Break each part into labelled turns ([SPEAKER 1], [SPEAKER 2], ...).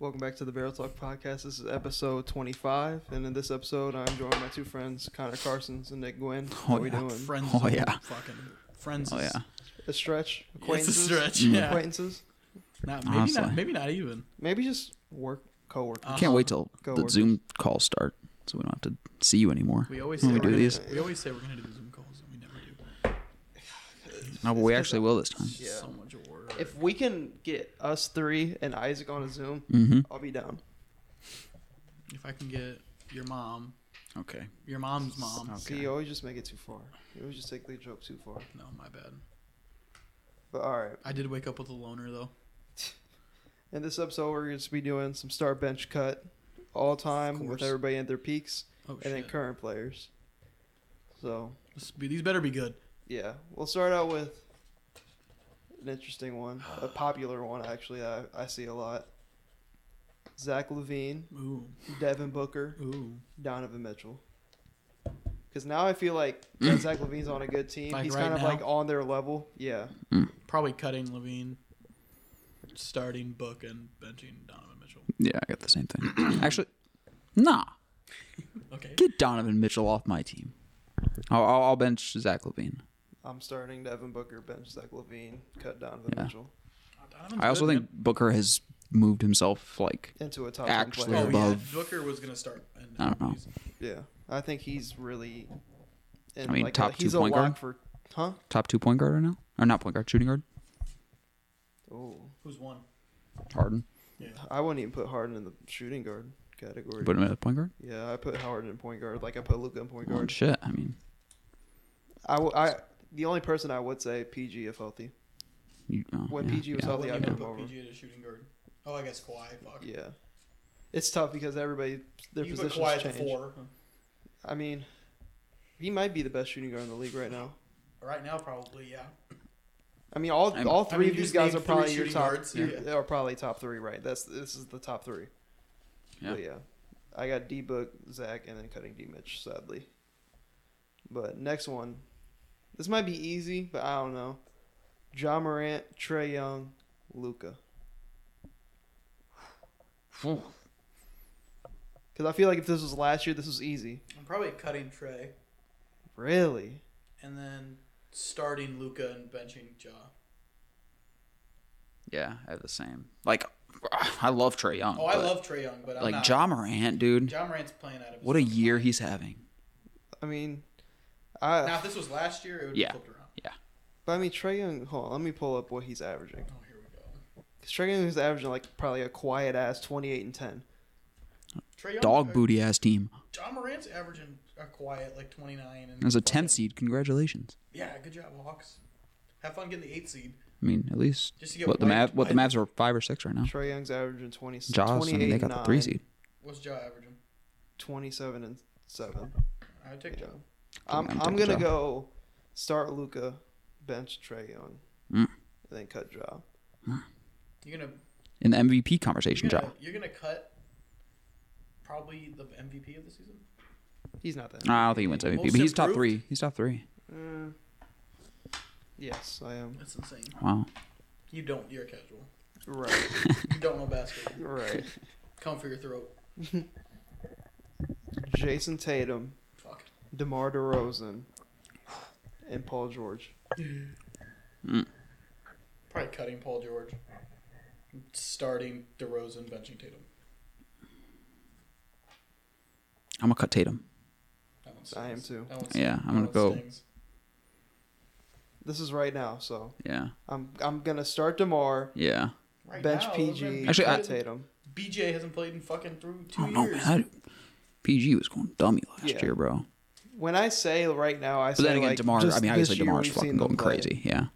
[SPEAKER 1] Welcome back to the Barrel Talk Podcast. This is episode 25, and in this episode, I'm joined by my two friends, Connor Carsons and Nick Gwynn. How
[SPEAKER 2] Oh,
[SPEAKER 1] we
[SPEAKER 2] yeah.
[SPEAKER 1] doing?
[SPEAKER 3] Friends.
[SPEAKER 2] Oh,
[SPEAKER 3] is a
[SPEAKER 2] yeah.
[SPEAKER 3] Fucking friends.
[SPEAKER 2] Oh
[SPEAKER 3] is-
[SPEAKER 2] yeah,
[SPEAKER 1] a stretch?
[SPEAKER 3] It's a
[SPEAKER 1] Acquaintances?
[SPEAKER 3] stretch.
[SPEAKER 2] Mm.
[SPEAKER 3] Yeah.
[SPEAKER 1] Acquaintances?
[SPEAKER 3] Not, maybe
[SPEAKER 2] Honestly.
[SPEAKER 3] not. Maybe not even.
[SPEAKER 1] Maybe just work, co-worker.
[SPEAKER 2] I can't wait till
[SPEAKER 1] Go
[SPEAKER 2] the
[SPEAKER 1] work.
[SPEAKER 2] Zoom calls start, so we don't have to see you anymore.
[SPEAKER 3] We always say
[SPEAKER 2] When we
[SPEAKER 3] we're
[SPEAKER 2] do
[SPEAKER 3] gonna-
[SPEAKER 2] these.
[SPEAKER 3] We always say we're gonna do Zoom calls, and we never do.
[SPEAKER 2] No, but we actually will this time.
[SPEAKER 1] Yeah.
[SPEAKER 3] So much work.
[SPEAKER 1] If we can get us three and Isaac on a Zoom,
[SPEAKER 2] Mm-hmm.
[SPEAKER 1] I'll be down.
[SPEAKER 3] If I can get your mom,
[SPEAKER 2] Okay.
[SPEAKER 3] your mom's mom.
[SPEAKER 2] Okay.
[SPEAKER 1] See, you always just make it too far. You always just take the joke too far.
[SPEAKER 3] No, my bad.
[SPEAKER 1] But all right.
[SPEAKER 3] I did wake up with a loner though.
[SPEAKER 1] In this episode, we're going to be doing some star bench cut, all time with
[SPEAKER 3] course.
[SPEAKER 1] everybody at their peaks,
[SPEAKER 3] Oh
[SPEAKER 1] and then
[SPEAKER 3] shit.
[SPEAKER 1] current players. So
[SPEAKER 3] This be, these better be good.
[SPEAKER 1] yeah, we'll start out with an interesting one, a popular one actually. that I, I see a lot. Zach Levine,
[SPEAKER 3] Ooh,
[SPEAKER 1] Devin Booker,
[SPEAKER 3] ooh.
[SPEAKER 1] Donovan Mitchell. Because now I feel like that Zach Levine's on a good team.
[SPEAKER 3] Like
[SPEAKER 1] He's
[SPEAKER 3] right
[SPEAKER 1] kind of
[SPEAKER 3] now?
[SPEAKER 1] like on their level. Yeah.
[SPEAKER 3] Probably cutting Levine, starting Book, and benching Donovan Mitchell.
[SPEAKER 2] Yeah, I got the same thing. Actually, nah.
[SPEAKER 3] Okay.
[SPEAKER 2] Get Donovan Mitchell off my team. I'll, I'll, I'll bench Zach Levine.
[SPEAKER 1] I'm starting Devin Booker, bench Zach Levine, cut Donovan
[SPEAKER 2] Yeah.
[SPEAKER 1] Mitchell
[SPEAKER 3] Donovan's
[SPEAKER 2] I also
[SPEAKER 3] good,
[SPEAKER 2] think Booker has moved himself like
[SPEAKER 1] into a top
[SPEAKER 2] Actually,
[SPEAKER 1] ten
[SPEAKER 2] they're
[SPEAKER 3] man. Oh
[SPEAKER 1] player.
[SPEAKER 3] yeah,
[SPEAKER 2] above-
[SPEAKER 3] Booker was gonna start. And,
[SPEAKER 2] I don't know.
[SPEAKER 1] Yeah, I think he's really. And
[SPEAKER 2] I mean,
[SPEAKER 1] like
[SPEAKER 2] top
[SPEAKER 1] a,
[SPEAKER 2] two
[SPEAKER 1] he's a
[SPEAKER 2] point
[SPEAKER 1] lock
[SPEAKER 2] guard?
[SPEAKER 1] for, huh?
[SPEAKER 2] top two point guard right now, or not point guard, shooting guard.
[SPEAKER 1] Oh,
[SPEAKER 3] Who's one?
[SPEAKER 2] Harden.
[SPEAKER 3] Yeah.
[SPEAKER 1] I wouldn't even put Harden in the shooting guard category.
[SPEAKER 2] Put him at a point guard.
[SPEAKER 1] yeah, I put Howard in point guard, like I put Luca in point
[SPEAKER 2] Oh,
[SPEAKER 1] guard.
[SPEAKER 2] shit. I mean,
[SPEAKER 1] I, w- I, the only person I would say PG if healthy.
[SPEAKER 2] you, oh,
[SPEAKER 1] When
[SPEAKER 2] yeah,
[SPEAKER 1] PG was
[SPEAKER 2] yeah,
[SPEAKER 1] healthy, I
[SPEAKER 2] yeah.
[SPEAKER 1] didn't
[SPEAKER 3] didn't
[SPEAKER 1] put
[SPEAKER 3] put
[SPEAKER 1] over.
[SPEAKER 3] PG at a shooting guard. Oh, I guess Kawhi. Fuck.
[SPEAKER 1] Yeah, it's tough because everybody their
[SPEAKER 3] you put
[SPEAKER 1] positions
[SPEAKER 3] Kawhi at the
[SPEAKER 1] change.
[SPEAKER 3] four.
[SPEAKER 1] I mean, he might be the best shooting guard in the league right now.
[SPEAKER 3] Right now, probably yeah.
[SPEAKER 1] I mean, all
[SPEAKER 2] I'm-
[SPEAKER 1] all
[SPEAKER 3] I
[SPEAKER 1] three
[SPEAKER 3] mean,
[SPEAKER 1] of
[SPEAKER 3] you
[SPEAKER 1] these
[SPEAKER 3] just
[SPEAKER 1] guys are
[SPEAKER 3] named three
[SPEAKER 1] probably your
[SPEAKER 3] shooting
[SPEAKER 1] top.
[SPEAKER 3] guards,
[SPEAKER 1] you-
[SPEAKER 3] yeah.
[SPEAKER 1] They are probably top three, right? That's this is the top three.
[SPEAKER 2] Yeah.
[SPEAKER 1] But yeah, I got D Book, Zach, and then cutting D Mitch. Sadly, but next one, this might be easy, but I don't know. John Morant, Trey Young, Luca.
[SPEAKER 2] Phew.
[SPEAKER 1] Because I feel like if this was last year, this was easy.
[SPEAKER 3] I'm probably cutting Trey
[SPEAKER 1] Really?
[SPEAKER 3] and then starting Luca and benching Ja.
[SPEAKER 2] Yeah, I have the same. Like, I love Trey Young.
[SPEAKER 3] Oh, I
[SPEAKER 2] but,
[SPEAKER 3] love Trey Young, but I'm
[SPEAKER 2] like
[SPEAKER 3] not.
[SPEAKER 2] Ja Morant, dude.
[SPEAKER 3] John Morant's playing out of his
[SPEAKER 2] What a year he's having.
[SPEAKER 1] I mean, I.
[SPEAKER 3] Now, if this was last year, it would
[SPEAKER 2] Yeah.
[SPEAKER 3] be flipped around.
[SPEAKER 1] But I mean, Trey Young. Hold on, let me pull up what he's averaging.
[SPEAKER 3] Oh, here we go.
[SPEAKER 1] Because Trey Young is averaging like probably a quiet ass twenty-eight and ten.
[SPEAKER 3] Trey Young,
[SPEAKER 2] Dog
[SPEAKER 3] uh,
[SPEAKER 2] booty ass team.
[SPEAKER 3] John Morant's averaging a quiet like 29 and
[SPEAKER 2] As a
[SPEAKER 3] fucking-
[SPEAKER 2] 10 seed, congratulations.
[SPEAKER 3] Yeah, good job, Hawks. Have fun getting the eight seed.
[SPEAKER 2] I mean, at least
[SPEAKER 3] Just to get
[SPEAKER 2] what the
[SPEAKER 3] wiped
[SPEAKER 2] Mavs, what the
[SPEAKER 3] by-
[SPEAKER 2] Mavs are five or six right now.
[SPEAKER 1] Trey Young's averaging 20,
[SPEAKER 2] Jaws, I
[SPEAKER 1] 28
[SPEAKER 2] mean, they got
[SPEAKER 1] nine,
[SPEAKER 2] the three seed.
[SPEAKER 3] What's Ja averaging?
[SPEAKER 1] 27 and 7.
[SPEAKER 3] I would
[SPEAKER 1] You
[SPEAKER 3] take Ja.
[SPEAKER 1] know. I'm,
[SPEAKER 2] I'm
[SPEAKER 1] I'm
[SPEAKER 2] taking
[SPEAKER 1] going to
[SPEAKER 2] Ja.
[SPEAKER 1] go start Luca, bench Trey Young,
[SPEAKER 2] Mm.
[SPEAKER 1] and then cut Ja.
[SPEAKER 3] You're gonna
[SPEAKER 2] In the MVP
[SPEAKER 3] you're
[SPEAKER 2] conversation,
[SPEAKER 3] gonna,
[SPEAKER 2] Ja.
[SPEAKER 3] you're gonna cut probably the MVP of the season.
[SPEAKER 1] He's not that.
[SPEAKER 2] No, I don't think he wins MVP,
[SPEAKER 3] Most
[SPEAKER 2] but he's top
[SPEAKER 3] improved?
[SPEAKER 2] three. He's top three.
[SPEAKER 1] Uh, Eh. yes, I am.
[SPEAKER 3] That's insane.
[SPEAKER 2] Wow.
[SPEAKER 3] You don't. You're a casual.
[SPEAKER 1] Right.
[SPEAKER 3] You don't know basketball.
[SPEAKER 1] right.
[SPEAKER 3] Come for your throat.
[SPEAKER 1] Jason Tatum,
[SPEAKER 3] Fuck.
[SPEAKER 1] DeMar DeRozan, and Paul George.
[SPEAKER 3] Probably cutting Paul George. Starting DeRozan, benching Tatum.
[SPEAKER 2] I'm gonna cut Tatum.
[SPEAKER 3] That one
[SPEAKER 1] I am
[SPEAKER 3] stings.
[SPEAKER 1] too.
[SPEAKER 3] That one
[SPEAKER 2] Yeah,
[SPEAKER 3] stings.
[SPEAKER 2] I'm gonna
[SPEAKER 3] That one
[SPEAKER 2] go-
[SPEAKER 3] stings.
[SPEAKER 1] This is right now, so
[SPEAKER 2] Yeah.
[SPEAKER 1] I'm I'm going to start DeMar,
[SPEAKER 2] Yeah.
[SPEAKER 3] Right
[SPEAKER 1] bench
[SPEAKER 3] now,
[SPEAKER 1] PG,
[SPEAKER 2] Actually, I-
[SPEAKER 1] cut Tatum.
[SPEAKER 3] BJ hasn't played in fucking through two
[SPEAKER 2] I don't know, man.
[SPEAKER 3] years.
[SPEAKER 2] I, PG was going dummy last
[SPEAKER 1] Yeah.
[SPEAKER 2] year, bro.
[SPEAKER 1] When I say right now, I
[SPEAKER 2] But
[SPEAKER 1] say
[SPEAKER 2] then again,
[SPEAKER 1] like
[SPEAKER 2] DeMar,
[SPEAKER 1] just
[SPEAKER 2] I mean,
[SPEAKER 1] this
[SPEAKER 2] obviously
[SPEAKER 1] year
[SPEAKER 2] DeMar's
[SPEAKER 1] we've
[SPEAKER 2] fucking
[SPEAKER 1] seen them
[SPEAKER 2] going
[SPEAKER 1] play.
[SPEAKER 2] crazy. Yeah.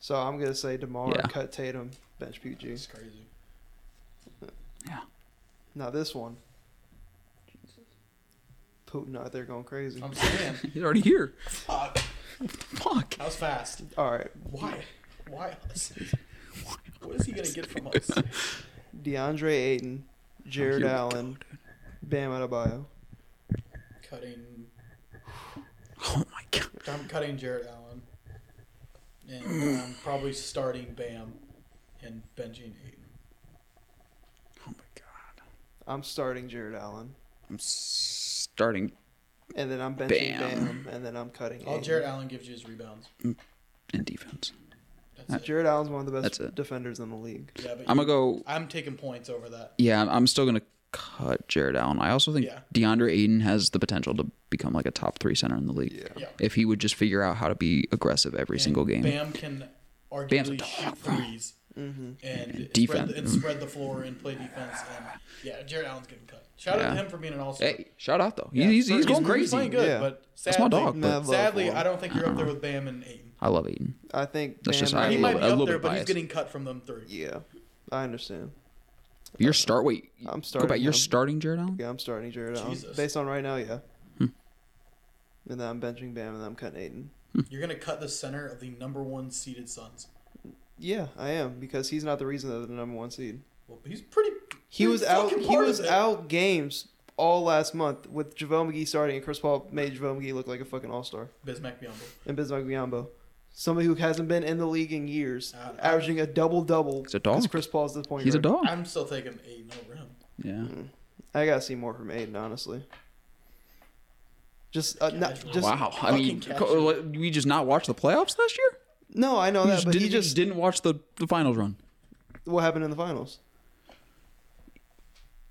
[SPEAKER 1] So I'm gonna say Demar,
[SPEAKER 2] Yeah.
[SPEAKER 1] cut Tatum, bench PG.
[SPEAKER 3] It's crazy.
[SPEAKER 1] Now this one, Putin out there going crazy.
[SPEAKER 3] I'm saying.
[SPEAKER 2] He's already here.
[SPEAKER 3] Fuck.
[SPEAKER 2] Fuck.
[SPEAKER 3] That was fast.
[SPEAKER 1] All right,
[SPEAKER 3] Why? Why us? What is he gonna get from us?
[SPEAKER 1] DeAndre Ayton, Jared
[SPEAKER 2] Here we
[SPEAKER 1] Allen, Bam Adebayo.
[SPEAKER 3] Cutting.
[SPEAKER 2] Oh my god.
[SPEAKER 3] I'm cutting Jared Allen. And I'm probably starting Bam and benching Aiden.
[SPEAKER 2] Oh my god.
[SPEAKER 1] I'm starting Jared Allen,
[SPEAKER 2] I'm starting.
[SPEAKER 1] and then I'm benching
[SPEAKER 2] Bam.
[SPEAKER 1] Bam, and then I'm cutting.
[SPEAKER 3] All
[SPEAKER 1] Ayton.
[SPEAKER 3] Oh, Jared Allen gives you is rebounds.
[SPEAKER 2] in defense.
[SPEAKER 3] That's it.
[SPEAKER 1] Jared Allen's one of the
[SPEAKER 2] Uh, That's
[SPEAKER 1] best
[SPEAKER 2] it.
[SPEAKER 1] defenders in the league.
[SPEAKER 3] Yeah, but
[SPEAKER 2] I'm gonna go.
[SPEAKER 3] I'm taking points over that.
[SPEAKER 2] Yeah, I'm- I'm still gonna cut Jared Allen. I also think
[SPEAKER 3] Yeah.
[SPEAKER 2] DeAndre Ayton has the potential to become like a top three center in the league
[SPEAKER 1] Yeah.
[SPEAKER 3] Yeah.
[SPEAKER 2] if he would just figure out how to be aggressive every
[SPEAKER 3] And
[SPEAKER 2] single game.
[SPEAKER 3] Bam can
[SPEAKER 2] Bam's a
[SPEAKER 3] arguably shoot
[SPEAKER 2] dog.
[SPEAKER 3] threes
[SPEAKER 1] Mm-hmm.
[SPEAKER 3] and spread
[SPEAKER 2] Defense.
[SPEAKER 3] the, and spread the floor and play defense. And yeah, Jared Allen's getting cut. Shout out
[SPEAKER 2] Yeah.
[SPEAKER 3] to him for being an all star.
[SPEAKER 2] Hey, shout out though.
[SPEAKER 3] Yeah,
[SPEAKER 2] he's,
[SPEAKER 3] for-
[SPEAKER 2] he's, he's going crazy.
[SPEAKER 3] playing good,
[SPEAKER 1] Yeah.
[SPEAKER 3] but
[SPEAKER 2] That's
[SPEAKER 3] sadly,
[SPEAKER 2] my dog, Oh, but-
[SPEAKER 1] Mad love
[SPEAKER 3] sadly,
[SPEAKER 1] for him.
[SPEAKER 3] I don't think you're up there with Bam and Aiden.
[SPEAKER 2] I love Ayton.
[SPEAKER 1] I think
[SPEAKER 2] That's just
[SPEAKER 1] Bam
[SPEAKER 2] how
[SPEAKER 1] might
[SPEAKER 3] He
[SPEAKER 2] I
[SPEAKER 1] be-
[SPEAKER 2] love little
[SPEAKER 3] might
[SPEAKER 2] bit-
[SPEAKER 3] be
[SPEAKER 2] a
[SPEAKER 3] up
[SPEAKER 2] little
[SPEAKER 3] there,
[SPEAKER 2] bit
[SPEAKER 3] but he's
[SPEAKER 2] biased.
[SPEAKER 3] getting cut from them three.
[SPEAKER 1] Yeah, I understand.
[SPEAKER 2] Your start. Wait,
[SPEAKER 1] I'm
[SPEAKER 2] go
[SPEAKER 1] starting
[SPEAKER 2] back. You're
[SPEAKER 1] him.
[SPEAKER 2] starting Jared Allen.
[SPEAKER 1] Uh, um, Yeah, I'm starting Jared Allen
[SPEAKER 3] Jesus.
[SPEAKER 1] based on right now. Yeah.
[SPEAKER 2] Hmm.
[SPEAKER 1] And then I'm benching Bam, and then I'm cutting Aiden.
[SPEAKER 3] You're gonna cut the center of the number one seeded Suns.
[SPEAKER 1] Yeah, I am because he's not the reason they're the number one seed.
[SPEAKER 3] Well, he's pretty.
[SPEAKER 1] He
[SPEAKER 3] pretty
[SPEAKER 1] was out.
[SPEAKER 3] fucking
[SPEAKER 1] He
[SPEAKER 3] part
[SPEAKER 1] was
[SPEAKER 3] of it.
[SPEAKER 1] out games all last month with Javale McGee starting, and Chris Paul made Javale McGee look like a fucking all star.
[SPEAKER 3] Bismack Biyombo.
[SPEAKER 1] And Bismack Biyombo, somebody who hasn't been in the league in years,
[SPEAKER 3] Uh,
[SPEAKER 1] averaging a double double.
[SPEAKER 2] He's a dog.
[SPEAKER 1] Chris Paul's the point.
[SPEAKER 2] He's a
[SPEAKER 1] guard.
[SPEAKER 2] dog.
[SPEAKER 3] I'm still taking Aiden over him.
[SPEAKER 2] Yeah.
[SPEAKER 1] I gotta see more from Aiden, honestly. Just, uh, not,
[SPEAKER 3] Casual.
[SPEAKER 1] just
[SPEAKER 2] wow. I mean,
[SPEAKER 3] fucking catch
[SPEAKER 2] co- what, we just not watch the playoffs last year.
[SPEAKER 1] no, I know
[SPEAKER 2] We
[SPEAKER 1] that,
[SPEAKER 2] just
[SPEAKER 1] but
[SPEAKER 2] didn't,
[SPEAKER 1] he just
[SPEAKER 2] didn't watch the, the finals run.
[SPEAKER 1] what happened in the finals.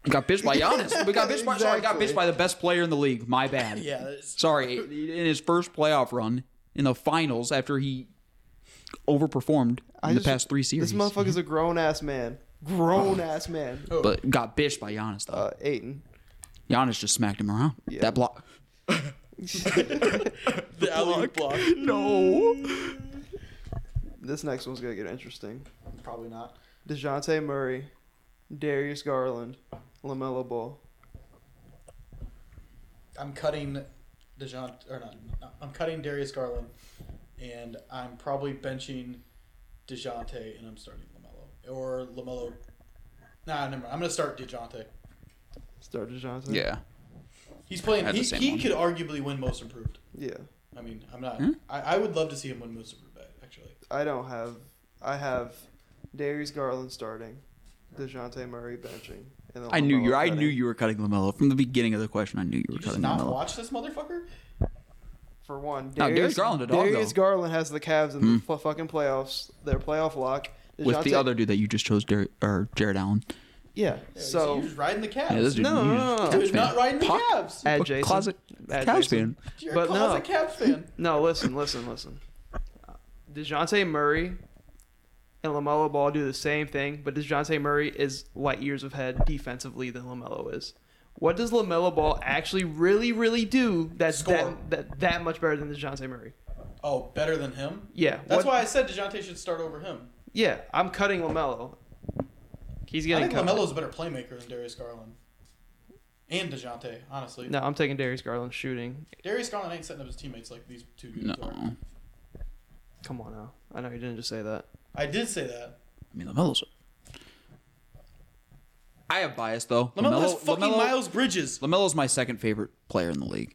[SPEAKER 2] We got bitched by Giannis. We got bitched by sorry, got
[SPEAKER 1] Exactly.
[SPEAKER 2] bitched by the best player in the league. My bad.
[SPEAKER 3] Yeah, that's-
[SPEAKER 2] Sorry. In his first playoff run in the finals after he overperformed in
[SPEAKER 1] I
[SPEAKER 2] the
[SPEAKER 1] just-
[SPEAKER 2] past three series.
[SPEAKER 1] This motherfucker's a grown ass man, grown ass man.
[SPEAKER 3] Oh,
[SPEAKER 2] but got bitched by Giannis though.
[SPEAKER 1] Uh, Aiden,
[SPEAKER 2] Giannis just smacked him around.
[SPEAKER 1] Yeah.
[SPEAKER 2] That block.
[SPEAKER 3] the alley block.
[SPEAKER 2] No.
[SPEAKER 1] this next one's gonna get interesting.
[SPEAKER 3] Probably not.
[SPEAKER 1] Dejounte Murray, Darius Garland, Lamelo Ball.
[SPEAKER 3] I'm cutting Dejounte or not. I'm cutting Darius Garland, and I'm probably benching Dejounte, and I'm starting Lamelo or Lamelo. Nah, never. mind. I'm gonna start Dejounte.
[SPEAKER 1] Start Dejounte.
[SPEAKER 2] Yeah.
[SPEAKER 3] He's
[SPEAKER 2] I
[SPEAKER 3] playing.
[SPEAKER 2] had the
[SPEAKER 3] He,
[SPEAKER 2] same
[SPEAKER 3] he
[SPEAKER 2] one.
[SPEAKER 3] could arguably win Most Improved.
[SPEAKER 1] yeah.
[SPEAKER 3] I mean, I'm not.
[SPEAKER 2] Hmm?
[SPEAKER 3] I, I would love to see him win Most Improved. Actually,
[SPEAKER 1] I don't have. I have Darius Garland starting, Dejounte Murray benching, and then
[SPEAKER 2] I knew
[SPEAKER 1] LaMelo
[SPEAKER 2] you. I
[SPEAKER 1] cutting.
[SPEAKER 2] knew you were cutting Lamelo from the beginning of the question. I knew you were
[SPEAKER 3] you just
[SPEAKER 2] cutting
[SPEAKER 3] not
[SPEAKER 2] Lamelo.
[SPEAKER 3] watch this motherfucker.
[SPEAKER 1] For one,
[SPEAKER 2] No, Darius Garland a dog,
[SPEAKER 1] Darius
[SPEAKER 2] though. Hmm.
[SPEAKER 1] Garland has the Cavs in the f- fucking playoffs. Their playoff lock.
[SPEAKER 2] With
[SPEAKER 1] DeJounte-
[SPEAKER 2] the other dude that you just chose, Dar- or Jared Allen.
[SPEAKER 1] yeah.
[SPEAKER 3] Yeah, he's-
[SPEAKER 1] so
[SPEAKER 3] he's riding the Cavs.
[SPEAKER 2] Yeah, this dude.
[SPEAKER 1] No,
[SPEAKER 2] you
[SPEAKER 1] no, no, no.
[SPEAKER 2] just- Cavs
[SPEAKER 3] Dude,
[SPEAKER 2] fan.
[SPEAKER 3] not riding the
[SPEAKER 2] Puck.
[SPEAKER 3] Cavs.
[SPEAKER 1] At
[SPEAKER 2] What
[SPEAKER 1] Jason.
[SPEAKER 2] Closet
[SPEAKER 1] At
[SPEAKER 2] Cavs
[SPEAKER 1] Jason.
[SPEAKER 2] fan.
[SPEAKER 3] You're
[SPEAKER 1] but
[SPEAKER 3] a
[SPEAKER 1] no.
[SPEAKER 3] closet Cavs fan.
[SPEAKER 1] No, listen, listen, listen. Uh, Dejounte Murray and Lamelo Ball do the same thing, but Dejounte Murray is light years ahead defensively than Lamelo is. What does Lamelo Ball actually really, really do that's
[SPEAKER 3] Score.
[SPEAKER 1] that, that that much better than Dejounte Murray?
[SPEAKER 3] Oh, better than him.
[SPEAKER 1] Yeah,
[SPEAKER 3] That's
[SPEAKER 1] what-
[SPEAKER 3] why I said Dejounte should start over him.
[SPEAKER 1] Yeah, I'm cutting Lamelo. He's
[SPEAKER 3] I
[SPEAKER 1] getting cut.
[SPEAKER 3] think Lamelo's a better playmaker than Darius Garland and Dejounte. Honestly,
[SPEAKER 1] No, I'm taking Darius Garland shooting.
[SPEAKER 3] Darius Garland ain't setting up his teammates like these two dudes
[SPEAKER 2] No.
[SPEAKER 3] are.
[SPEAKER 2] I
[SPEAKER 1] Come on now. I know you didn't just say that.
[SPEAKER 3] I did say that.
[SPEAKER 2] mean, Lamelo's. I have bias though.
[SPEAKER 3] Lamelo, has fucking
[SPEAKER 2] Lamelo-
[SPEAKER 3] Miles Bridges.
[SPEAKER 2] Lamelo's my second favorite player in the league,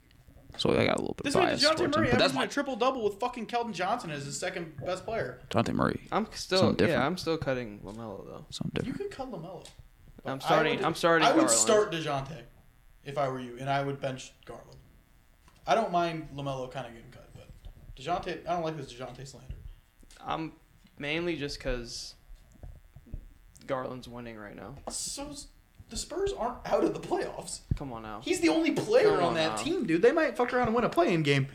[SPEAKER 2] so I got a little bit
[SPEAKER 3] This man
[SPEAKER 2] bias
[SPEAKER 3] Dejounte
[SPEAKER 2] towards him.
[SPEAKER 3] Murray
[SPEAKER 2] But that's
[SPEAKER 3] averaging
[SPEAKER 2] my
[SPEAKER 3] a triple double with fucking Keldon Johnson as his second best player.
[SPEAKER 2] Dejounte Murray.
[SPEAKER 1] I'm still
[SPEAKER 2] Something different.
[SPEAKER 1] yeah, I'm still cutting Lamelo though.
[SPEAKER 2] Something
[SPEAKER 3] You
[SPEAKER 2] different.
[SPEAKER 3] could cut Lamelo. But
[SPEAKER 1] I'm
[SPEAKER 3] I
[SPEAKER 1] starting-
[SPEAKER 3] would-
[SPEAKER 1] I'm starting
[SPEAKER 3] I would
[SPEAKER 1] Garland.
[SPEAKER 3] start Dejounte if I were you, and I would bench Garland. I don't mind Lamelo kind of getting cut, but Dejounte, I don't like this Dejounte slander.
[SPEAKER 1] I'm mainly just because Garland's winning right now.
[SPEAKER 3] So s- the Spurs aren't out of the playoffs.
[SPEAKER 1] Come on now,
[SPEAKER 3] He's the only player
[SPEAKER 1] Come
[SPEAKER 3] on
[SPEAKER 1] on
[SPEAKER 3] that
[SPEAKER 1] now.
[SPEAKER 3] team, dude. They might fuck around and win a playing game.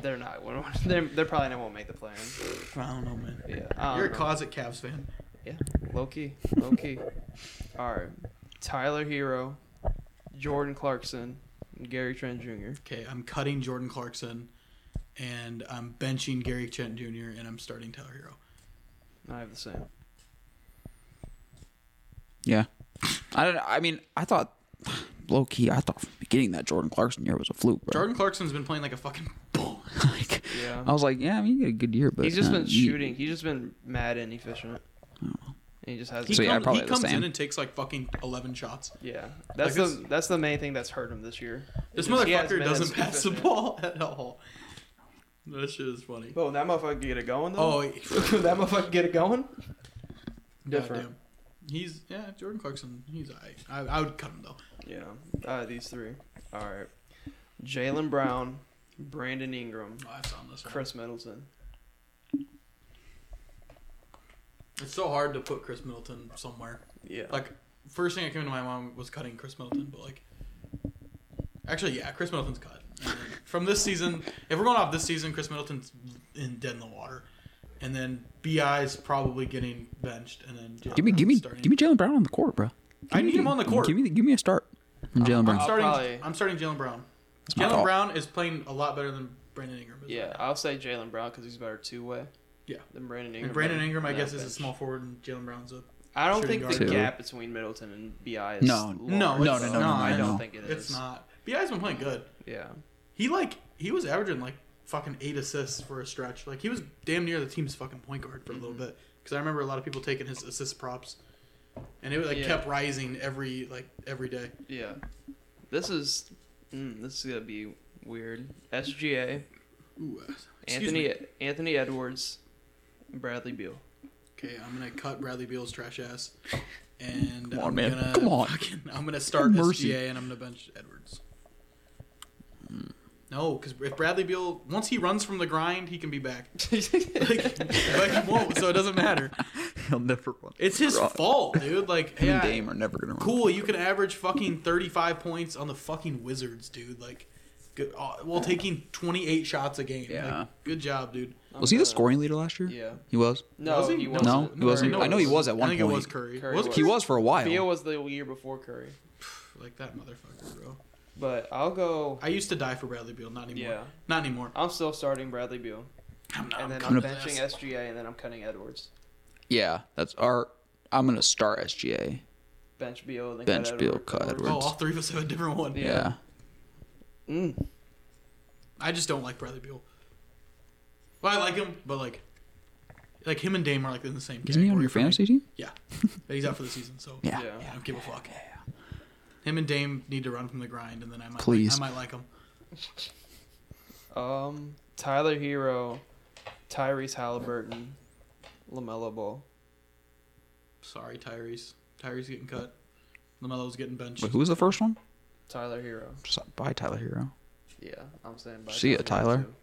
[SPEAKER 1] they're not. They're they're probably not won't make the play.
[SPEAKER 3] I don't know, man.
[SPEAKER 1] Yeah, I
[SPEAKER 3] You're a
[SPEAKER 1] don't know.
[SPEAKER 3] closet Cavs fan.
[SPEAKER 1] yeah, low key, low key. All right, Tyler Hero, Jordan Clarkson, and Gary Trent Jr.
[SPEAKER 3] Okay, I'm cutting Jordan Clarkson, and I'm benching Gary Trent Jr. and I'm starting Tyler Hero.
[SPEAKER 1] I have the same.
[SPEAKER 2] Yeah. I don't. I mean, I thought low key. I thought from the beginning that Jordan Clarkson year was a fluke, bro.
[SPEAKER 3] Jordan Clarkson's been playing like a fucking bull.
[SPEAKER 2] like,
[SPEAKER 1] Yeah.
[SPEAKER 2] I was like, yeah, I mean, you had a good year, but
[SPEAKER 1] He's just
[SPEAKER 2] uh,
[SPEAKER 1] been
[SPEAKER 2] you-
[SPEAKER 1] shooting. He's just been mad inefficient. And he just has.
[SPEAKER 3] He
[SPEAKER 2] Oh. So, yeah,
[SPEAKER 3] comes,
[SPEAKER 2] probably
[SPEAKER 3] he
[SPEAKER 2] the
[SPEAKER 3] comes in
[SPEAKER 2] same.
[SPEAKER 3] and takes like fucking 11 shots.
[SPEAKER 1] yeah, that's
[SPEAKER 3] Like
[SPEAKER 1] the that's the main thing that's hurt him this year.
[SPEAKER 3] This
[SPEAKER 1] Is he has
[SPEAKER 3] motherfucker
[SPEAKER 1] been
[SPEAKER 3] doesn't
[SPEAKER 1] as
[SPEAKER 3] pass the
[SPEAKER 1] efficient.
[SPEAKER 3] ball at all. That shit is funny.
[SPEAKER 1] But um, when that motherfucker get it going though.
[SPEAKER 3] Oh,
[SPEAKER 1] that motherfucker get it going.
[SPEAKER 3] different.
[SPEAKER 1] Different.
[SPEAKER 3] He's yeah, Jordan Clarkson. He's I I, I would cut him though.
[SPEAKER 1] Yeah. Uh, these three. All right. Jalen Brown, Brandon Ingram,
[SPEAKER 3] Oh, I found this one.
[SPEAKER 1] Chris Middleton.
[SPEAKER 3] It's so hard to put Chris Middleton somewhere.
[SPEAKER 1] Yeah.
[SPEAKER 3] Like first thing that came to my mind was cutting Chris Middleton, but like actually yeah, Chris Middleton's cut. And then From this season, if we're going off this season, Chris Middleton's in dead in the water, and then Bi's probably getting benched, and then Jalen
[SPEAKER 2] Give me, give me,
[SPEAKER 3] Brown's starting.
[SPEAKER 2] give me Jalen Brown on the court, bro.
[SPEAKER 3] I need him on the court.
[SPEAKER 2] Give me, give me a start from Jalen
[SPEAKER 3] I'm
[SPEAKER 2] Brown.
[SPEAKER 3] starting.
[SPEAKER 1] probably-
[SPEAKER 3] I'm starting Jalen Brown.
[SPEAKER 2] It's my
[SPEAKER 3] Jalen
[SPEAKER 2] fault.
[SPEAKER 3] Brown is playing a lot better than Brandon Ingram. is
[SPEAKER 1] yeah,
[SPEAKER 3] right now.
[SPEAKER 1] I'll say Jalen Brown because he's a better two way.
[SPEAKER 3] Yeah.
[SPEAKER 1] Than Brandon Ingram.
[SPEAKER 3] and Brandon
[SPEAKER 1] but
[SPEAKER 3] Ingram, I
[SPEAKER 1] not
[SPEAKER 3] guess, is a
[SPEAKER 1] bench.
[SPEAKER 3] small forward, and Jalen Brown's a.
[SPEAKER 1] I don't
[SPEAKER 3] shooting
[SPEAKER 1] think the
[SPEAKER 2] guard. Two.
[SPEAKER 1] gap between Middleton and Bi is
[SPEAKER 2] No.
[SPEAKER 3] No,
[SPEAKER 1] large,
[SPEAKER 3] No, no,
[SPEAKER 1] so
[SPEAKER 3] no, no,
[SPEAKER 1] I
[SPEAKER 3] no,
[SPEAKER 1] don't
[SPEAKER 2] no.
[SPEAKER 1] think it is.
[SPEAKER 3] It's not. Bi's been playing good.
[SPEAKER 1] Yeah.
[SPEAKER 3] He like he was averaging like fucking eight assists for a stretch. Like he was damn near the team's fucking point guard for a
[SPEAKER 1] Mm-hmm.
[SPEAKER 3] little bit. Because I remember a lot of people taking his assist props, and it like
[SPEAKER 1] Yeah.
[SPEAKER 3] kept rising every like every day.
[SPEAKER 1] Yeah. This is mm, this is gonna be weird. SGA,
[SPEAKER 3] Ooh, uh, excuse
[SPEAKER 1] Anthony
[SPEAKER 3] me.
[SPEAKER 1] Anthony Edwards, Bradley Beal.
[SPEAKER 3] Okay, I'm gonna cut Bradley Beal's trash ass, and
[SPEAKER 2] Oh. Come on,
[SPEAKER 3] I'm
[SPEAKER 2] man.
[SPEAKER 3] gonna
[SPEAKER 2] Come on.
[SPEAKER 3] fucking- I'm gonna start
[SPEAKER 2] Mercy.
[SPEAKER 3] SGA and I'm gonna bench Edwards. No, because if Bradley Beal once he runs from the grind, he can be back. Like, but he won't, so it doesn't matter.
[SPEAKER 2] He'll never run.
[SPEAKER 3] It's his fault, dude. Like,
[SPEAKER 2] Him and
[SPEAKER 3] yeah,
[SPEAKER 2] Dame are never gonna run.
[SPEAKER 3] cool. You can average fucking 35 points on the fucking Wizards, dude. Like, good, uh, while taking 28 shots a game.
[SPEAKER 2] Yeah.
[SPEAKER 3] Like, good job, dude.
[SPEAKER 2] Was he the
[SPEAKER 1] gonna-
[SPEAKER 2] scoring leader last year?
[SPEAKER 1] Yeah.
[SPEAKER 2] He was.
[SPEAKER 1] No,
[SPEAKER 3] Was he?
[SPEAKER 1] he
[SPEAKER 3] No,
[SPEAKER 1] wasn't.
[SPEAKER 2] No, he wasn't.
[SPEAKER 1] Curry
[SPEAKER 2] I know he was at
[SPEAKER 3] I
[SPEAKER 2] one
[SPEAKER 3] think
[SPEAKER 2] point.
[SPEAKER 3] it was Curry.
[SPEAKER 1] Curry
[SPEAKER 3] was
[SPEAKER 1] was.
[SPEAKER 2] He was for a while.
[SPEAKER 1] Beal was the year before Curry.
[SPEAKER 3] like that motherfucker, bro.
[SPEAKER 1] But I'll go.
[SPEAKER 3] I used to die for Bradley Beal. Not anymore.
[SPEAKER 1] Yeah.
[SPEAKER 3] Not anymore.
[SPEAKER 1] I'm still starting Bradley Beal,
[SPEAKER 3] I'm not.
[SPEAKER 1] and then
[SPEAKER 3] I'm
[SPEAKER 1] I'm
[SPEAKER 3] coming
[SPEAKER 1] benching
[SPEAKER 3] up.
[SPEAKER 1] SGA, and then I'm cutting Edwards.
[SPEAKER 2] Yeah, that's our. I'm gonna start SGA.
[SPEAKER 1] Bench Beal, then
[SPEAKER 2] Bench
[SPEAKER 1] cut
[SPEAKER 2] Beal,
[SPEAKER 1] Edwards.
[SPEAKER 2] cut
[SPEAKER 3] Oh, all three of us have a different one.
[SPEAKER 1] Yeah.
[SPEAKER 2] Yeah.
[SPEAKER 1] Mm.
[SPEAKER 3] I just don't like Bradley Beal. Well, I like him, but like, like him and Dame are like in the same.
[SPEAKER 2] Isn't he on
[SPEAKER 3] category
[SPEAKER 2] your
[SPEAKER 3] for me.
[SPEAKER 2] fantasy team?
[SPEAKER 3] Yeah, But he's out for the season, so
[SPEAKER 2] Yeah.
[SPEAKER 1] Yeah.
[SPEAKER 3] I don't give a fuck. Him and Dame need to run from the grind, and then I might,
[SPEAKER 2] Please.
[SPEAKER 3] I might like him.
[SPEAKER 1] Um, Tyler Hero, Tyrese Halliburton, Lamelo Ball.
[SPEAKER 3] Sorry, Tyrese. Tyrese getting cut. Lamelo's getting benched.
[SPEAKER 2] Wait, who was the first one?
[SPEAKER 1] Tyler Hero.
[SPEAKER 2] Just Bye, Tyler Hero.
[SPEAKER 1] Yeah, I'm saying. Bye
[SPEAKER 2] See ya, Tyler.
[SPEAKER 1] too.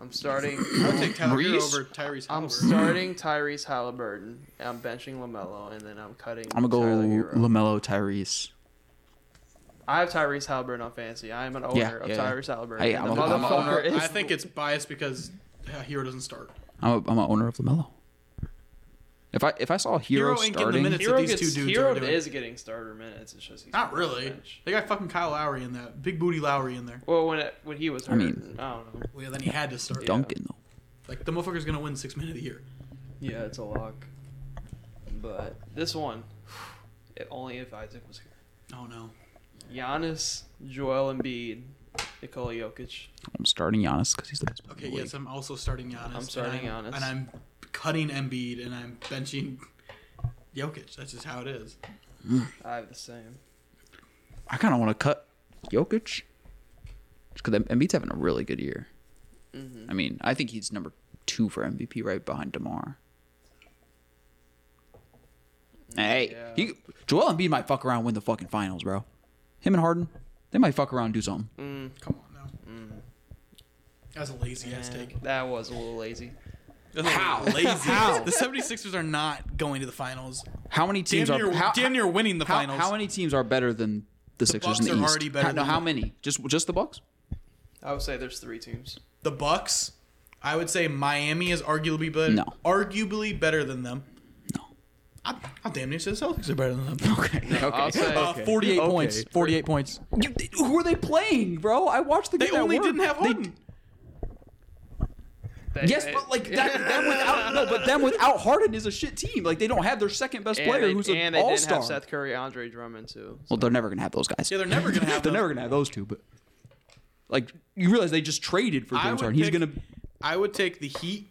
[SPEAKER 1] I'm starting.
[SPEAKER 3] I would take Tyler Hero
[SPEAKER 2] Reese?
[SPEAKER 3] over Tyrese.
[SPEAKER 1] I'm
[SPEAKER 3] Halliburton.
[SPEAKER 1] starting Tyrese Halliburton. I'm benching Lamelo, and then I'm cutting.
[SPEAKER 2] I'm gonna go
[SPEAKER 1] Tyler Hero.
[SPEAKER 2] Lamelo Tyrese.
[SPEAKER 1] I have Tyrese Halliburton on fantasy. I am an owner
[SPEAKER 2] Yeah,
[SPEAKER 1] of
[SPEAKER 2] yeah, yeah.
[SPEAKER 1] Tyrese Halliburton.
[SPEAKER 2] Hey,
[SPEAKER 1] and
[SPEAKER 2] I'm
[SPEAKER 1] the
[SPEAKER 2] a- I'm a
[SPEAKER 1] motherfucker
[SPEAKER 2] owner.
[SPEAKER 1] is-
[SPEAKER 3] I think it's biased because uh, Hero doesn't start.
[SPEAKER 2] I'm a, I'm an owner of Lamelo. If I if I saw Hero,
[SPEAKER 3] Hero ain't getting the
[SPEAKER 2] starting,
[SPEAKER 3] minutes.
[SPEAKER 1] Hero,
[SPEAKER 3] these two
[SPEAKER 1] gets,
[SPEAKER 3] dudes
[SPEAKER 1] Hero
[SPEAKER 3] are doing.
[SPEAKER 1] is getting starter minutes. It's just he's
[SPEAKER 3] Not
[SPEAKER 1] on the
[SPEAKER 3] really.
[SPEAKER 1] bench.
[SPEAKER 3] They got fucking Kyle Lowry in that big booty Lowry in there.
[SPEAKER 1] Well, when it, when he was hurt,
[SPEAKER 2] I
[SPEAKER 1] I,
[SPEAKER 2] mean-
[SPEAKER 1] don't know.
[SPEAKER 3] Well, yeah, then he had to start.
[SPEAKER 2] Duncan though.
[SPEAKER 3] Like the motherfucker's gonna win six man of the year.
[SPEAKER 1] Yeah, it's a lock. But this one, if only if Isaac was here.
[SPEAKER 3] Oh no.
[SPEAKER 1] Giannis, Joel Embiid, Nikola Jokic.
[SPEAKER 2] I'm starting Giannis because he's the best. player in
[SPEAKER 3] Okay,
[SPEAKER 2] the league.
[SPEAKER 3] yes, I'm also starting Giannis.
[SPEAKER 1] I'm starting
[SPEAKER 3] and I'm,
[SPEAKER 1] Giannis.
[SPEAKER 3] and I'm cutting Embiid and I'm benching Jokic. That's just how it is.
[SPEAKER 1] I have the same.
[SPEAKER 2] I kind of want to cut Jokic because Embiid's having a really good year.
[SPEAKER 3] Mm-hmm.
[SPEAKER 2] I mean, I think he's number two for MVP, right behind Demar.
[SPEAKER 3] Mm,
[SPEAKER 2] Hey,
[SPEAKER 1] Yeah.
[SPEAKER 2] he, Joel Embiid might fuck around and win the fucking finals, bro. Him and Harden, they might fuck around and do something.
[SPEAKER 1] Mm,
[SPEAKER 3] Come on now. That's a lazy ass
[SPEAKER 1] man,
[SPEAKER 3] take.
[SPEAKER 1] that was a little lazy.
[SPEAKER 3] That's
[SPEAKER 2] How?
[SPEAKER 3] lazy.
[SPEAKER 2] How?
[SPEAKER 3] The 76ers are not going to the finals.
[SPEAKER 2] How many
[SPEAKER 3] Damn
[SPEAKER 2] teams
[SPEAKER 3] near,
[SPEAKER 2] are how,
[SPEAKER 3] damn near winning the
[SPEAKER 2] how,
[SPEAKER 3] finals.
[SPEAKER 2] how many teams are better than the, Sixers in
[SPEAKER 3] Bucks
[SPEAKER 2] the
[SPEAKER 3] are
[SPEAKER 2] East?
[SPEAKER 3] already better
[SPEAKER 2] How- no,
[SPEAKER 3] than
[SPEAKER 2] how
[SPEAKER 3] the-
[SPEAKER 2] many? Just just the Bucks?
[SPEAKER 1] I would say there's three teams.
[SPEAKER 3] the Bucks, I would say Miami is arguably better.
[SPEAKER 2] No.
[SPEAKER 3] Arguably better than them.
[SPEAKER 2] No.
[SPEAKER 3] I, I'll damn near say the Celtics are better than them.
[SPEAKER 2] Okay.
[SPEAKER 1] I'll say
[SPEAKER 3] Uh, 48
[SPEAKER 2] Okay.
[SPEAKER 3] points. 48 points.
[SPEAKER 2] You- who are they playing, bro? I watched the
[SPEAKER 3] They
[SPEAKER 2] game at
[SPEAKER 3] only
[SPEAKER 2] work.
[SPEAKER 3] didn't have
[SPEAKER 2] They-
[SPEAKER 3] Harden.
[SPEAKER 1] they-
[SPEAKER 2] Yes,
[SPEAKER 1] they-
[SPEAKER 2] but like that, them without no, but them without Harden is a shit team. Like they don't have their second best
[SPEAKER 1] and
[SPEAKER 2] player,
[SPEAKER 1] they,
[SPEAKER 2] who's
[SPEAKER 1] and
[SPEAKER 2] an
[SPEAKER 1] they
[SPEAKER 2] all
[SPEAKER 1] didn't
[SPEAKER 2] star.
[SPEAKER 1] have Seth Curry, Andre Drummond too.
[SPEAKER 2] Well, they're never gonna have those guys.
[SPEAKER 3] Yeah, they're never gonna have
[SPEAKER 2] they're
[SPEAKER 3] those.
[SPEAKER 2] never gonna have those two. But like you realize they just traded for
[SPEAKER 3] I
[SPEAKER 2] James
[SPEAKER 3] would
[SPEAKER 2] Harden. He's
[SPEAKER 3] pick-
[SPEAKER 2] gonna
[SPEAKER 3] I would take the Heat,